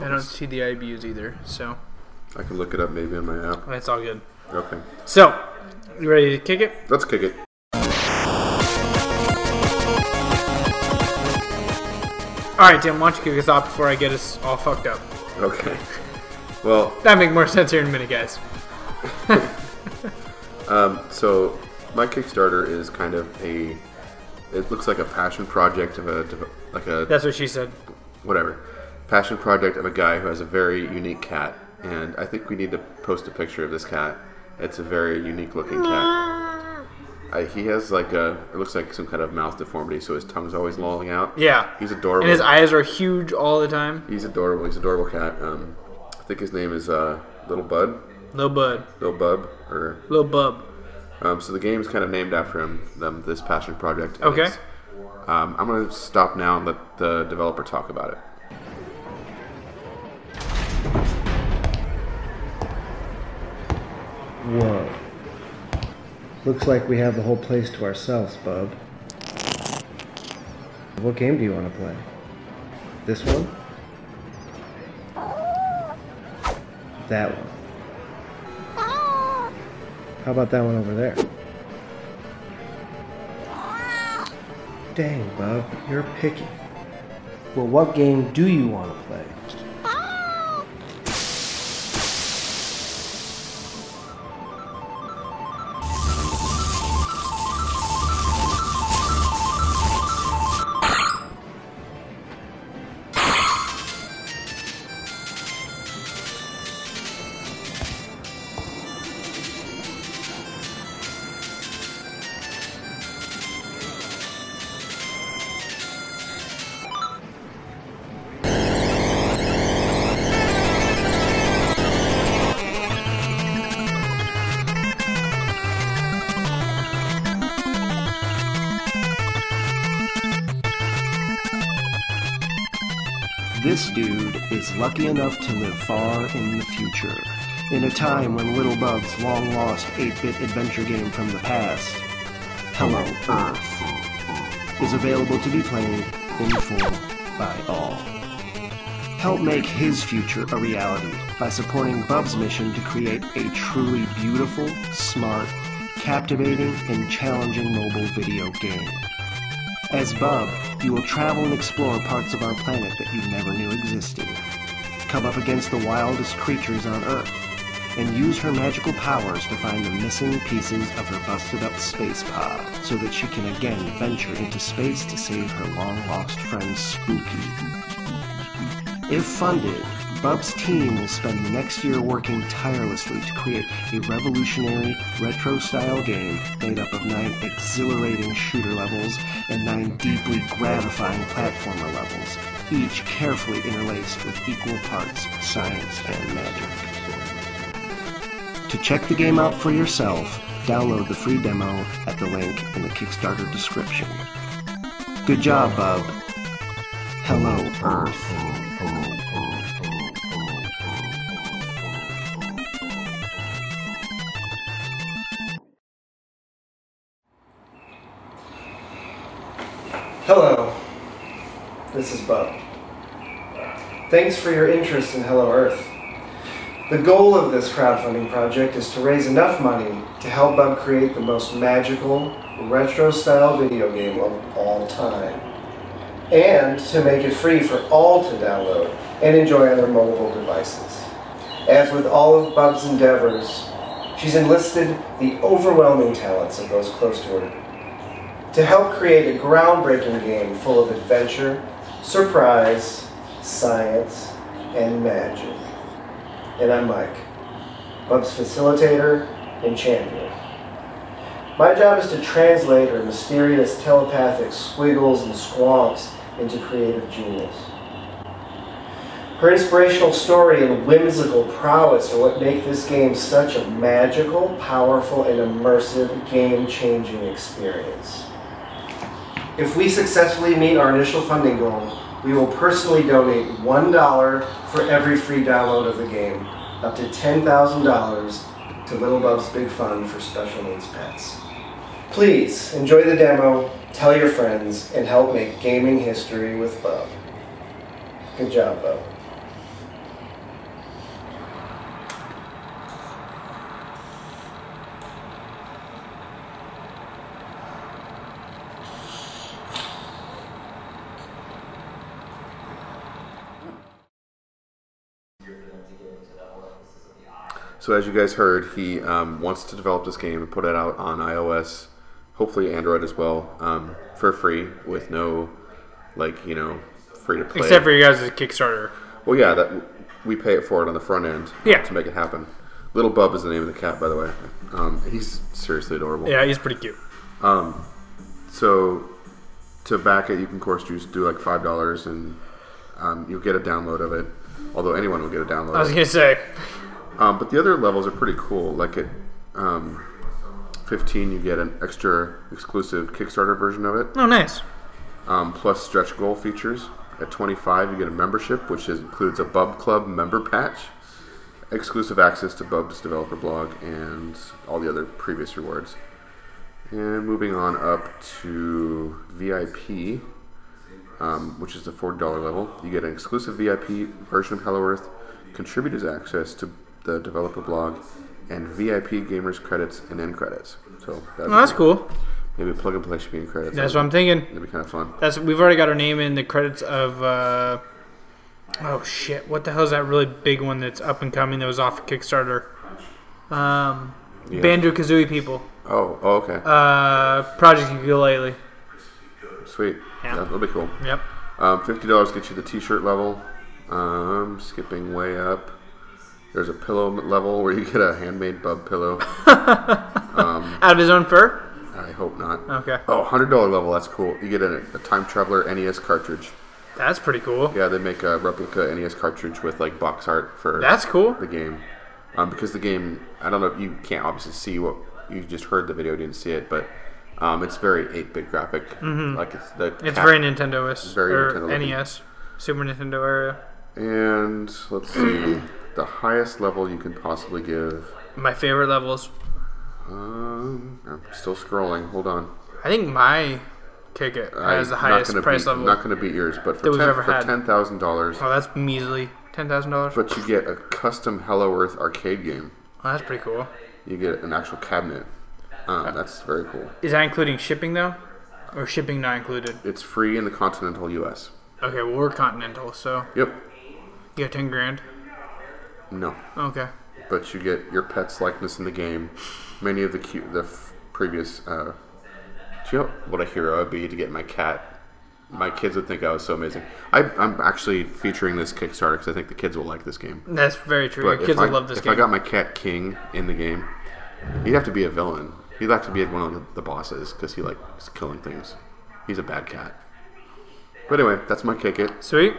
[SPEAKER 1] I don't see the IBUs either, so
[SPEAKER 2] I can look it up maybe on my app.
[SPEAKER 1] that's all good.
[SPEAKER 2] Okay,
[SPEAKER 1] So, you ready to kick it?
[SPEAKER 2] let's kick it.
[SPEAKER 1] All right, Tim, why don't you kick us off before I get us all fucked up?
[SPEAKER 2] Okay. Well,
[SPEAKER 1] That make more sense here in a minute, guys.
[SPEAKER 2] So my Kickstarter is kind of a. It looks like a passion project of a dev- like a
[SPEAKER 1] That's what she said.
[SPEAKER 2] whatever passion project of a guy who has a very unique cat, and I think we need to post a picture of this cat. It's a very unique looking cat. Uh, he has like a. It looks like some kind of mouth deformity, so his tongue's always lolling out.
[SPEAKER 1] Yeah.
[SPEAKER 2] He's adorable.
[SPEAKER 1] And his eyes are huge all the time.
[SPEAKER 2] He's adorable. He's an adorable cat. Um, I think his name is uh, Little Bud,
[SPEAKER 1] Lil Bud.
[SPEAKER 2] Little Bub, or
[SPEAKER 1] Lil Bub.
[SPEAKER 2] Um, so the game's kind of named after him, them, this passion project. and
[SPEAKER 1] Okay.
[SPEAKER 2] it's- Um, I'm going to stop now and let the developer talk about it.
[SPEAKER 7] Whoa. Looks like we have the whole place to ourselves, bub. What game do you want to play? This one? That one. How about that one over there? Dang, bub, you're picky. Well, what game do you want to play? This dude is lucky enough to live far in the future, in a time when Little Bub's long lost 8 bit adventure game from the past, Hello Earth, is available to be played in full by all. Help make his future a reality by supporting Bub's mission to create a truly beautiful, smart, captivating, and challenging mobile video game. As Bub, you will travel and explore parts of our planet that you never knew existed. Come up against the wildest creatures on Earth, and use her magical powers to find the missing pieces of her busted up space pod so that she can again venture into space to save her long lost friend Spooky. If funded, Bub's team will spend the next year working tirelessly to create a revolutionary, retro style game made up of nine exhilarating shooter levels and nine deeply gratifying platformer levels, each carefully interlaced with equal parts science and magic. To check the game out for yourself, download the free demo at the link in the Kickstarter description. Good job, Bub. Hello, Earth. Hello. This is Bub.
[SPEAKER 8] Thanks for your interest in Hello Earth. The goal of this crowdfunding project is to raise enough money to help Bub create the most magical, retro style video game of all time. And to make it free for all to download and enjoy on their mobile devices. As with all of Bub's endeavors, she's enlisted the overwhelming talents of those close to her to help create a groundbreaking game full of adventure, surprise, science, and magic. And I'm Mike, Bub's facilitator and champion. My job is to translate her mysterious telepathic squiggles and squonks into creative genius. Her inspirational story and whimsical prowess are what make this game such a magical, powerful, and immersive, game changing experience. If we successfully meet our initial funding goal, we will personally donate $1 for every free download of the game, up to $10,000 to Little Bub's Big Fund for Special Needs Pets. Please enjoy the demo, tell your friends, and help make gaming history with Bub. Good job, Bub.
[SPEAKER 2] So as you guys heard, he um, wants to develop this game and put it out on iOS, hopefully Android as well, um, for free with no, like you know, free to play.
[SPEAKER 1] Except for you guys' Kickstarter.
[SPEAKER 2] well, yeah, that we pay it for it on the front end, uh,
[SPEAKER 1] Yeah.
[SPEAKER 2] to make it happen. Little Bub is the name of the cat, by the way. Um, he's seriously adorable.
[SPEAKER 1] Yeah, he's pretty cute.
[SPEAKER 2] So to back it, you can of course just do like five dollars, and um, you'll get a download of it. Although anyone will get a download.
[SPEAKER 1] I was gonna say,
[SPEAKER 2] Um, but the other levels are pretty cool. Like at um, 15, you get an extra exclusive Kickstarter version of it,
[SPEAKER 1] oh nice.
[SPEAKER 2] um, plus stretch goal features. At 25, you get a membership, which is, includes a Bub Club member patch, exclusive access to Bub's developer blog, and all the other previous rewards. And moving on up to VIP, um, which is the $40 level, you get an exclusive VIP version of Hello Earth, contributors access to the developer blog, and VIP gamers credits and end credits. So that'd
[SPEAKER 1] Well, that's
[SPEAKER 2] be-
[SPEAKER 1] cool.
[SPEAKER 2] Maybe plug and play should be in credits.
[SPEAKER 1] That's what I'm thinking.
[SPEAKER 2] That'd be kind of fun.
[SPEAKER 1] That's we've already got our name in the credits of. Uh, oh shit! What the hell is that really big one that's up and coming that was off of Kickstarter? Um,
[SPEAKER 2] Yeah.
[SPEAKER 1] Banjo Kazooie people.
[SPEAKER 2] Oh, oh okay.
[SPEAKER 1] Uh, Project Ukulele.
[SPEAKER 2] Sweet.
[SPEAKER 1] yeah.
[SPEAKER 2] Yeah. that'll be cool.
[SPEAKER 1] Yep.
[SPEAKER 2] Um, Fifty dollars gets you the T-shirt level. Um, skipping way up, there's a pillow level where you get a handmade bub pillow.
[SPEAKER 1] Out of his own fur.
[SPEAKER 2] I hope not.
[SPEAKER 1] Okay,
[SPEAKER 2] Oh, hundred dollar level. That's cool. You get a, a time traveler NES cartridge.
[SPEAKER 1] that's pretty cool.
[SPEAKER 2] Yeah, they make a replica NES cartridge with like box art for
[SPEAKER 1] That's cool.
[SPEAKER 2] the game. Um, because the game, I don't know, you can't obviously see what you just heard the video, didn't see it, but um, it's very eight bit graphic. Like it's the
[SPEAKER 1] Mm-hmm. It's
[SPEAKER 2] cat-
[SPEAKER 1] very Nintendo-ish
[SPEAKER 2] Very
[SPEAKER 1] or
[SPEAKER 2] Nintendo-looking.
[SPEAKER 1] NES, Super Nintendo area.
[SPEAKER 2] And let's see, the highest level you can possibly give.
[SPEAKER 1] My favorite levels.
[SPEAKER 2] Um, I'm still scrolling. Hold on.
[SPEAKER 1] I think my kick it has the
[SPEAKER 2] I'm
[SPEAKER 1] highest
[SPEAKER 2] not gonna
[SPEAKER 1] price
[SPEAKER 2] beat,
[SPEAKER 1] level.
[SPEAKER 2] Not going to beat yours, but for
[SPEAKER 1] that we've ever
[SPEAKER 2] ten, for
[SPEAKER 1] had.
[SPEAKER 2] ten thousand dollars,
[SPEAKER 1] oh, that's measly. Ten thousand dollars.
[SPEAKER 2] but you get a custom Hello Earth arcade game.
[SPEAKER 1] Oh, that's pretty cool.
[SPEAKER 2] You get an actual cabinet. Um, that's very cool.
[SPEAKER 1] Is that including shipping though, or shipping not included?
[SPEAKER 2] It's free in the continental U.S.
[SPEAKER 1] Okay, well we're continental, so
[SPEAKER 2] Yep.
[SPEAKER 1] you got ten grand.
[SPEAKER 2] No.
[SPEAKER 1] Okay,
[SPEAKER 2] but you get your pet's likeness in the game. Many of the cu the f- previous. Uh, do you know what a hero I'd be to get my cat? My kids would think I was so amazing. I, I'm actually featuring this Kickstarter because I think the kids will like this game.
[SPEAKER 1] that's very true.
[SPEAKER 2] But
[SPEAKER 1] Your kids
[SPEAKER 2] if I,
[SPEAKER 1] will love this
[SPEAKER 2] if
[SPEAKER 1] game.
[SPEAKER 2] I got my cat King in the game, he'd have to be a villain. He'd have to be one of the, the bosses because he likes killing things. He's a bad cat. But anyway, that's my kick. It
[SPEAKER 1] Sweet.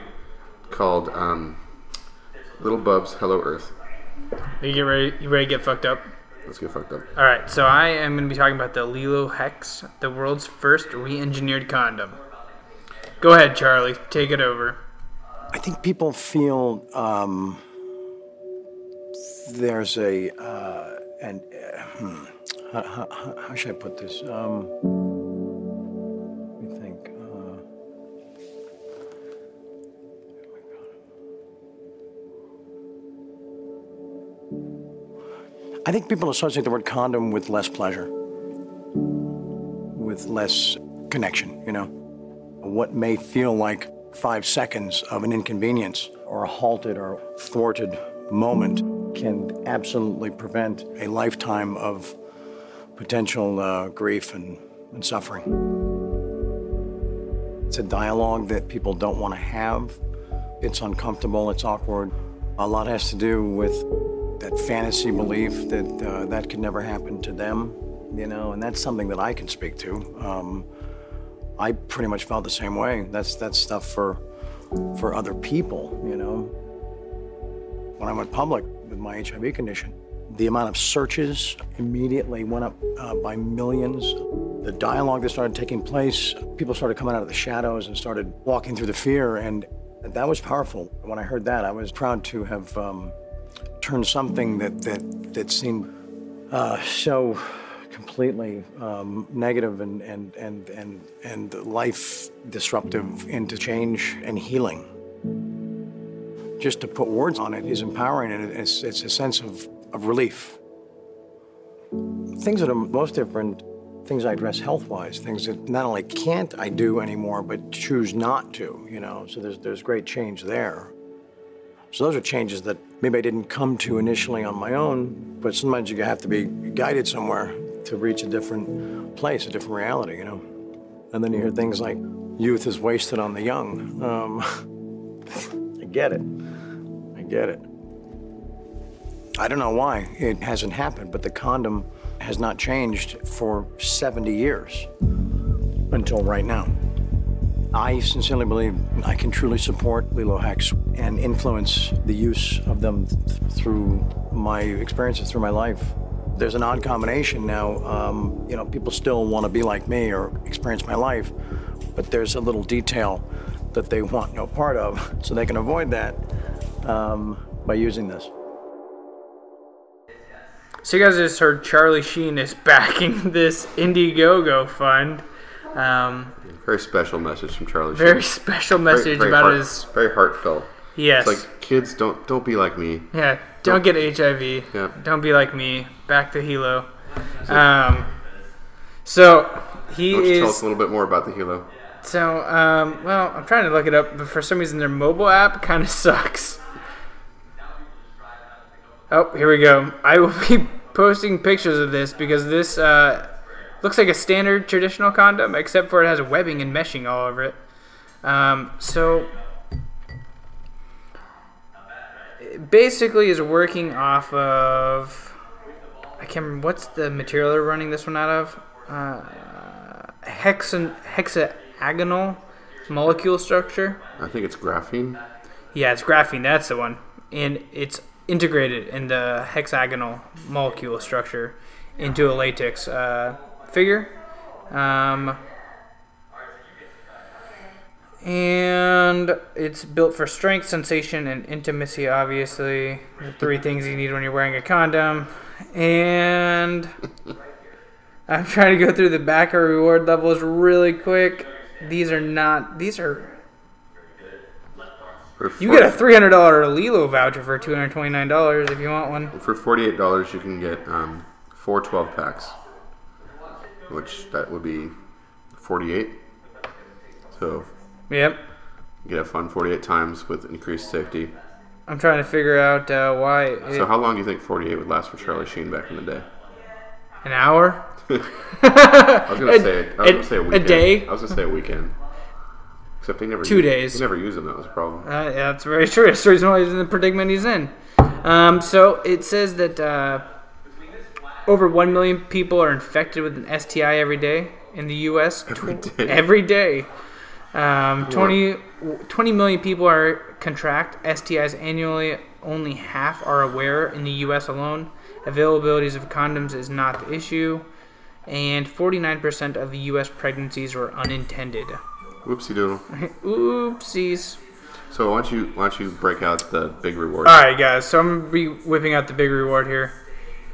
[SPEAKER 2] called um, Little Bub's Hello Earth.
[SPEAKER 1] You get ready. You ready to get fucked up?
[SPEAKER 2] Let's get fucked up.
[SPEAKER 1] All right, so I am going to be talking about the Lilo Hex, the world's first re-engineered condom. Go ahead, Charlie. Take it over.
[SPEAKER 7] I think people feel um, there's a uh, and uh, hmm, how, how, how should I put this? Um, let me think. Uh,
[SPEAKER 8] I think people associate the word condom with less pleasure, with less connection, you know? What may feel like five seconds of an inconvenience or a halted or thwarted moment can absolutely prevent a lifetime of potential uh, grief and, and suffering. It's a dialogue that people don't want to have. It's uncomfortable, it's awkward. A lot has to do with that fantasy belief that uh, that could never happen to them, you know, and that's something that I can speak to. Um, I pretty much felt the same way. That's that's stuff for for other people, you know. When I went public with my HIV condition, the amount of searches immediately went up uh, by millions. The dialogue that started taking place, people started coming out of the shadows and started walking through the fear, and that was powerful. When I heard that, I was proud to have um, turned something that that that seemed uh, so completely um, negative and and and and and life disruptive into change and healing. Just to put words on it is empowering, and it's it's a sense of of relief. Things that are most different, things I address health-wise, things that not only can't I do anymore, but choose not to. You know, so there's there's great change there. So those are changes that maybe I didn't come to initially on my own, but sometimes you have to be guided somewhere to reach a different place, a different reality, you know. And then you hear things like, youth is wasted on the young. Um, I get it. I get it. I don't know why it hasn't happened, but the condom has not changed for 70 years until right now. I sincerely believe I can truly support Lilo Hacks and influence the use of them th- through my experiences through my life. There's an odd combination now. Um, you know, people still want to be like me or experience my life, but there's a little detail that they want no part of, so they can avoid that um, by using this.
[SPEAKER 1] So you guys just heard Charlie Sheen is backing this Indiegogo fund. Um,
[SPEAKER 2] Very special message from Charlie.
[SPEAKER 1] Very
[SPEAKER 2] Sheen.
[SPEAKER 1] special message about his-
[SPEAKER 2] very heartfelt.
[SPEAKER 1] Yes.
[SPEAKER 2] It's like kids don't don't be like me.
[SPEAKER 1] yeah, don't get HIV.
[SPEAKER 2] Yeah.
[SPEAKER 1] Don't be like me. Back to Hilo. Um, so he
[SPEAKER 2] Why don't you tell us
[SPEAKER 1] is.
[SPEAKER 2] a little bit more about the Hilo.
[SPEAKER 1] So um, well, I'm trying to look it up, but for some reason their mobile app kind of sucks. Oh, here we go. I will be posting pictures of this because this uh, looks like a standard traditional condom, except for it has webbing and meshing all over it. Um, so it basically is working off of I can't remember what's the material they're running this one out of. Uh, hexan hexagonal molecule structure.
[SPEAKER 2] I think it's graphene.
[SPEAKER 1] Yeah, it's graphene. That's the one, and it's integrated in the hexagonal molecule structure into a latex uh, figure. Um, and it's built for strength, sensation, and intimacy. Obviously, the three things you need when you're wearing a condom. And I'm trying to go through the backer reward levels really quick. These are not. These are
[SPEAKER 2] For
[SPEAKER 1] you get a
[SPEAKER 2] 40
[SPEAKER 1] three hundred dollar Lilo voucher for two hundred twenty nine dollars if you want one.
[SPEAKER 2] For forty-eight dollars, you can get um, four 12 packs, which that would be forty-eight. So
[SPEAKER 1] Yep.
[SPEAKER 2] you get a fun forty-eight times with increased safety.
[SPEAKER 1] I'm trying to figure out uh, why it,
[SPEAKER 2] So how long do you think forty-eight would last for Charlie Sheen back in the day?
[SPEAKER 1] an hour.
[SPEAKER 2] I was gonna say I was gonna say a weekend.
[SPEAKER 1] day?
[SPEAKER 2] I was gonna say a weekend. Except they never
[SPEAKER 1] Two
[SPEAKER 2] used-
[SPEAKER 1] days.
[SPEAKER 2] They never used them. That was a problem.
[SPEAKER 1] Uh, yeah, that's very true. That's the reason why he's in the predicament he's in. Um, so it says that uh, over one million people are infected with an STI every day in the U.S. Every
[SPEAKER 2] day.
[SPEAKER 1] Every day. Um, 20, 20 million people are contract STIs annually. Only half are aware in the U.S. alone. Availabilities of condoms is not the issue, and 49% of the U.S. pregnancies were unintended.
[SPEAKER 2] Whoopsie doodle.
[SPEAKER 1] Oopsies.
[SPEAKER 2] So why don't you why don't you break out the big reward?
[SPEAKER 1] All right, guys. So I'm gonna be whipping out the big reward here,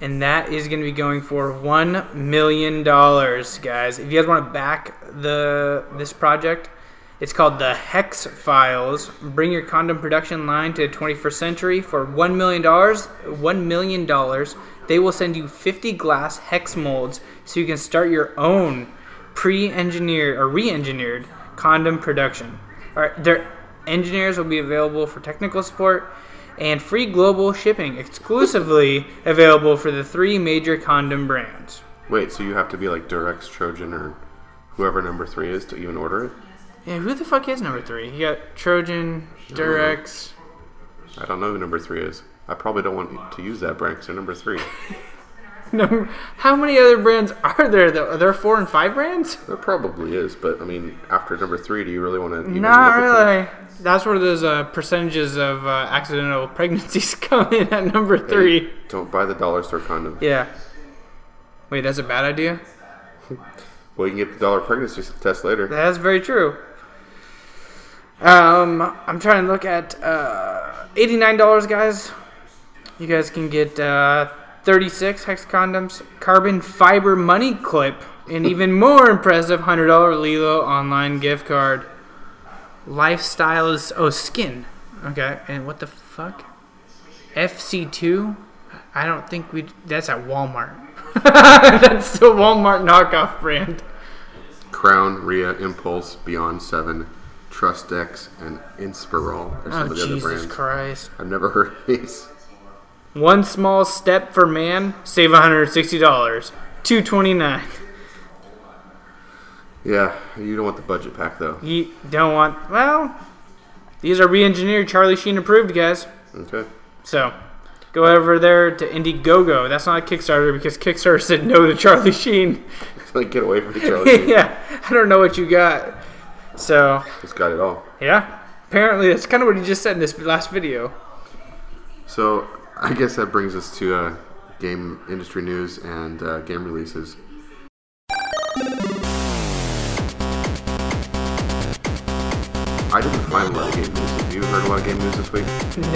[SPEAKER 1] and that is gonna be going for one million dollars, guys. If you guys want to back the this project, it's called the Hex Files. Bring your condom production line to the 21st century for one million dollars. One million dollars they will send you 50 glass hex molds so you can start your own pre-engineered or re-engineered condom production. All right, their engineers will be available for technical support and free global shipping exclusively available for the three major condom brands.
[SPEAKER 2] Wait, so you have to be like Durex Trojan or whoever number three is to even order it?
[SPEAKER 1] Yeah, who the fuck is number three? You got Trojan, Durex.
[SPEAKER 2] I don't know who number three is. I probably don't want to use that brand because they're number three.
[SPEAKER 1] No, how many other brands are there? Though? Are there four and five brands?
[SPEAKER 2] There probably is, but I mean, after number three, do you really want to?
[SPEAKER 1] Not really. That's where those uh, percentages of uh, accidental pregnancies come in at number three.
[SPEAKER 2] Don't buy the dollar store condom.
[SPEAKER 1] Yeah. Wait, that's a bad idea?
[SPEAKER 2] Well, you can get the dollar pregnancy test later.
[SPEAKER 1] That's very true. Um, I'm trying to look at uh, $89, guys. You guys can get uh, 36 hex condoms, carbon fiber money clip, and even more impressive $100 Lilo online gift card. Lifestyle is oh skin. Okay, and what the fuck? FC2? I don't think we. That's at Walmart. that's the Walmart knockoff brand.
[SPEAKER 2] Crown, Rhea, Impulse, Beyond Seven, Trust X, and Inspirol are some
[SPEAKER 1] Oh,
[SPEAKER 2] of the other
[SPEAKER 1] Jesus
[SPEAKER 2] brands.
[SPEAKER 1] Christ.
[SPEAKER 2] I've never heard of these.
[SPEAKER 1] One small step for man, save $160. 229
[SPEAKER 2] Yeah, you don't want the budget pack though.
[SPEAKER 1] You don't want. Well, these are re engineered, Charlie Sheen approved, guys.
[SPEAKER 2] Okay.
[SPEAKER 1] So, go over there to Indiegogo. That's not a Kickstarter because Kickstarter said no to Charlie Sheen.
[SPEAKER 2] Like get away from the Charlie. Sheen.
[SPEAKER 1] yeah, I don't know what you got. So,
[SPEAKER 2] It's got it all.
[SPEAKER 1] yeah. Apparently, that's kind of what he just said in this last video.
[SPEAKER 2] So I guess that brings us to uh, game industry news and uh, game releases. I didn't find a lot of game news. Have you heard a lot of game news this week?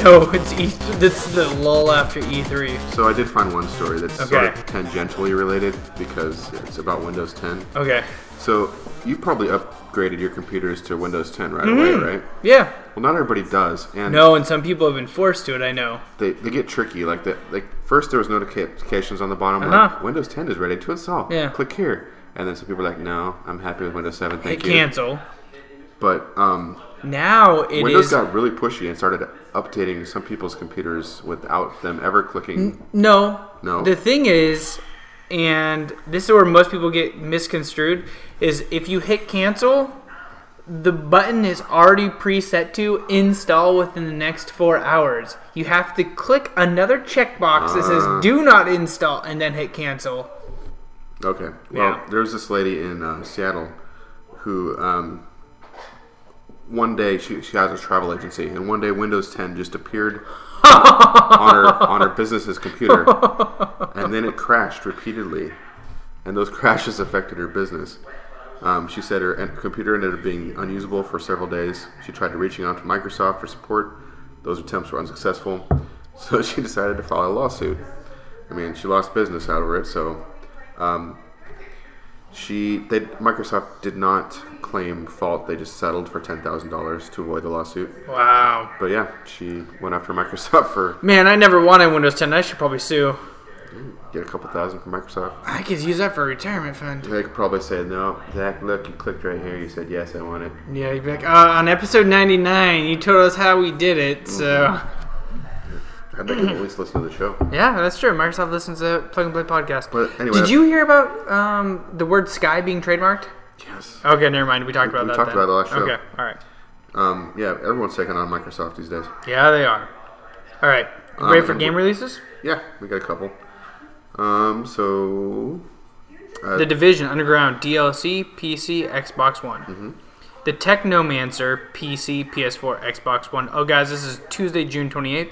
[SPEAKER 1] No, it's E. This is the lull after E E3.
[SPEAKER 2] So I did find one story that's sort of
[SPEAKER 1] Okay.
[SPEAKER 2] tangentially related because it's about Windows 10.
[SPEAKER 1] Okay.
[SPEAKER 2] So you probably upgraded your computers to Windows 10 right
[SPEAKER 1] Mhm.
[SPEAKER 2] away, right?
[SPEAKER 1] Yeah.
[SPEAKER 2] Well, not everybody does, and
[SPEAKER 1] No, and some people have been forced to it. I know.
[SPEAKER 2] they, they get tricky. Like the, like first there was notifications on the bottom
[SPEAKER 1] Uh-huh.
[SPEAKER 2] like Windows 10 is ready to install.
[SPEAKER 1] Yeah.
[SPEAKER 2] Click here, and then some people are like, no, I'm happy with Windows 7. Thank
[SPEAKER 1] Hit
[SPEAKER 2] you.
[SPEAKER 1] cancel.
[SPEAKER 2] But um,
[SPEAKER 1] Now it is.
[SPEAKER 2] Windows got really pushy and started updating some people's computers without them ever clicking.
[SPEAKER 1] No.
[SPEAKER 2] No.
[SPEAKER 1] The thing is, and this is where most people get misconstrued, is if you hit cancel, the button is already preset to install within the next four hours. You have to click another checkbox that
[SPEAKER 2] Ah.
[SPEAKER 1] says do not install and then hit cancel.
[SPEAKER 2] Okay. Well,
[SPEAKER 1] Yeah.
[SPEAKER 2] there was this lady in uh, Seattle who, um, one day she, she has a travel agency, and one day Windows 10 just appeared on her on her business's computer, and then it crashed repeatedly, and those crashes affected her business. Um, she said her en- computer ended up being unusable for several days. She tried reaching out to Microsoft for support. Those attempts were unsuccessful, so she decided to file a lawsuit. I mean, she lost business out over it, so um, she they Microsoft did not claim fault. They just settled for ten thousand dollars to avoid the lawsuit.
[SPEAKER 1] Wow.
[SPEAKER 2] But yeah, she went after Microsoft for
[SPEAKER 1] Man, I never wanted Windows 10. I should probably sue.
[SPEAKER 2] get a couple thousand from Microsoft.
[SPEAKER 1] I could use that for a retirement fund.
[SPEAKER 2] They could probably say no. Zach, look, you clicked right here. You said yes, I want it.
[SPEAKER 1] Yeah, you'd be like, uh, on episode 99, you told us how we did it, so.
[SPEAKER 2] Mm-hmm. I'd like to at least listen to the show.
[SPEAKER 1] Yeah, that's true. Microsoft listens to Plug and Play podcast.
[SPEAKER 2] But anyway,
[SPEAKER 1] did you hear about um, the word "sky" being trademarked?
[SPEAKER 2] Yes.
[SPEAKER 1] Okay, never mind. We talked about
[SPEAKER 2] we
[SPEAKER 1] that.
[SPEAKER 2] talked
[SPEAKER 1] then.
[SPEAKER 2] about it last show.
[SPEAKER 1] Okay, all right.
[SPEAKER 2] Um, yeah, everyone's taking on Microsoft these days.
[SPEAKER 1] Yeah, they are. All right. You
[SPEAKER 2] Um,
[SPEAKER 1] ready for
[SPEAKER 2] and
[SPEAKER 1] game
[SPEAKER 2] we-
[SPEAKER 1] releases?
[SPEAKER 2] Yeah, we got a couple. Um, so uh,
[SPEAKER 1] the Division Underground DLC, PC, Xbox One. The Technomancer, PC, PS4, Xbox One. Oh, guys, this is Tuesday, June 28th.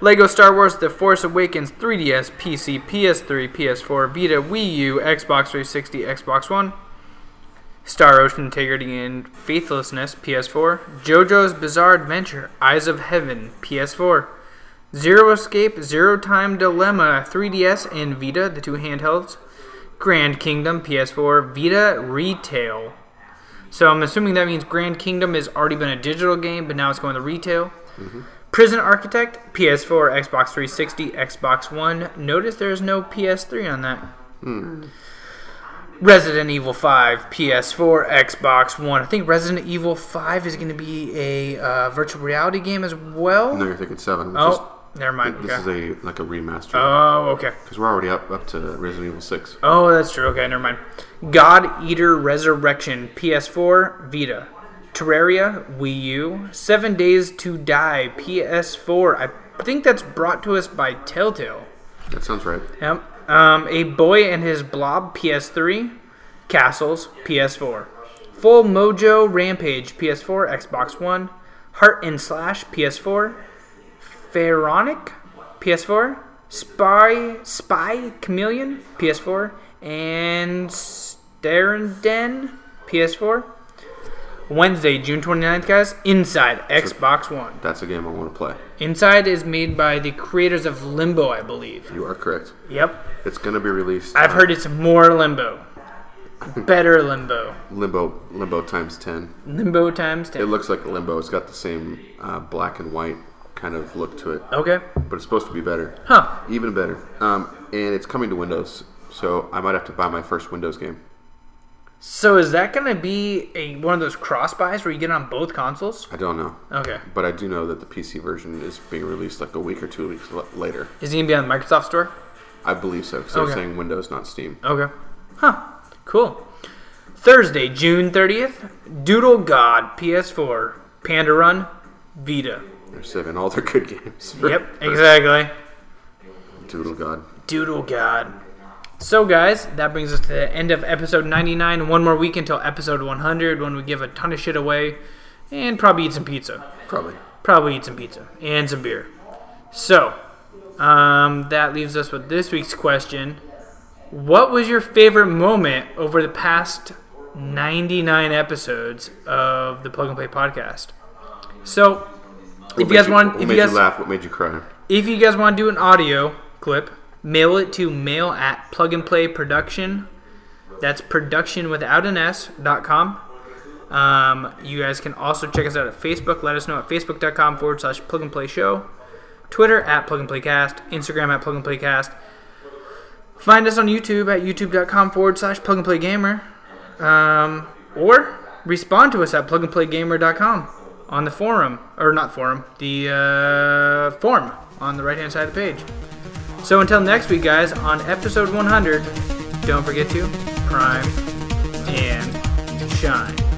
[SPEAKER 1] Lego Star Wars The Force Awakens 3DS, PC, PS3, PS4, Vita, Wii U, Xbox 360, Xbox One. Star Ocean Integrity and Faithlessness, PS4. JoJo's Bizarre Adventure, Eyes of Heaven, PS4. Zero Escape, Zero Time Dilemma, 3DS and Vita, the two handhelds. Grand Kingdom, PS4, Vita, retail. So I'm assuming that means Grand Kingdom has already been a digital game, but now it's going to retail. Prison Architect, PS4, Xbox 360, Xbox One. Notice there is no PS3 on that.
[SPEAKER 2] Hmm.
[SPEAKER 1] Resident Evil 5, PS4, Xbox One. I think Resident Evil 5 is going to be a uh, virtual reality game as well.
[SPEAKER 2] No, you're thinking seven. which
[SPEAKER 1] Oh, never mind.
[SPEAKER 2] This
[SPEAKER 1] Okay.
[SPEAKER 2] is a like a remaster.
[SPEAKER 1] Oh, okay.
[SPEAKER 2] Because we're already up up to Resident Evil Six.
[SPEAKER 1] Oh, that's true. Okay, never mind. God Eater Resurrection, PS4, Vita. Terraria, Wii U. Seven Days to Die, PS4. I think that's brought to us by Telltale.
[SPEAKER 2] That sounds right.
[SPEAKER 1] Yep. Um, a Boy and His Blob, PS3. Castles, PS4. Full Mojo Rampage, PS4, Xbox One. Heart and Slash, PS4. Pharaonic, PS4. Spy Spy Chameleon, PS4. And Starenden, PS4. Wednesday, June 29th, guys. Inside, Xbox One.
[SPEAKER 2] That's a game I want to play.
[SPEAKER 1] Inside is made by the creators of Limbo, I believe.
[SPEAKER 2] You are correct.
[SPEAKER 1] Yep.
[SPEAKER 2] It's gonna be released.
[SPEAKER 1] I've
[SPEAKER 2] uh,
[SPEAKER 1] heard it's more limbo. Better limbo.
[SPEAKER 2] Limbo Limbo times ten.
[SPEAKER 1] Limbo times 10.
[SPEAKER 2] It looks like Limbo. It's got the same uh, black and white kind of look to it.
[SPEAKER 1] Okay.
[SPEAKER 2] But it's supposed to be better.
[SPEAKER 1] Huh.
[SPEAKER 2] Even better. Um, and it's coming to Windows, so I might have to buy my first Windows game.
[SPEAKER 1] So is that going to be a one of those cross buys where you get it on both consoles?
[SPEAKER 2] I don't know.
[SPEAKER 1] Okay.
[SPEAKER 2] But I do know that the PC version is being released like a week or two weeks l- later.
[SPEAKER 1] Is it going to be on the Microsoft Store?
[SPEAKER 2] I believe so because they're
[SPEAKER 1] Okay.
[SPEAKER 2] saying Windows, not Steam.
[SPEAKER 1] Okay. Huh. Cool. Thursday, June 30th, Doodle God PS4, Panda Run, Vita.
[SPEAKER 2] They're saving all their good games. for-
[SPEAKER 1] Yep, exactly.
[SPEAKER 2] Doodle God.
[SPEAKER 1] Doodle God. So, guys, that brings us to the end of episode 99. One more week until episode 100 when we give a ton of shit away and probably eat some pizza.
[SPEAKER 2] Probably.
[SPEAKER 1] Probably eat some pizza and some beer. So, um, that leaves us with this week's question What was your favorite moment over the past 99 episodes of the Plug and Play podcast? So,
[SPEAKER 2] What
[SPEAKER 1] if
[SPEAKER 2] made
[SPEAKER 1] you guys want,
[SPEAKER 2] what
[SPEAKER 1] if
[SPEAKER 2] made
[SPEAKER 1] you guys,
[SPEAKER 2] you laugh, what made you cry?
[SPEAKER 1] if you guys want to do an audio clip, mail it to mail at plug and play production. That's production without an S dot com. Um, you guys can also check us out at Facebook. Let us know at facebook.com forward slash plug and play show. Twitter at plug and play cast. Instagram at plug and play cast. Find us on YouTube at youtube.com forward slash plug and play gamer. Um, or respond to us at plugandplaygamer.com on the forum, or not forum, the uh, form on the right hand side of the page. So until next week, guys, on episode 100, don't forget to prime and shine.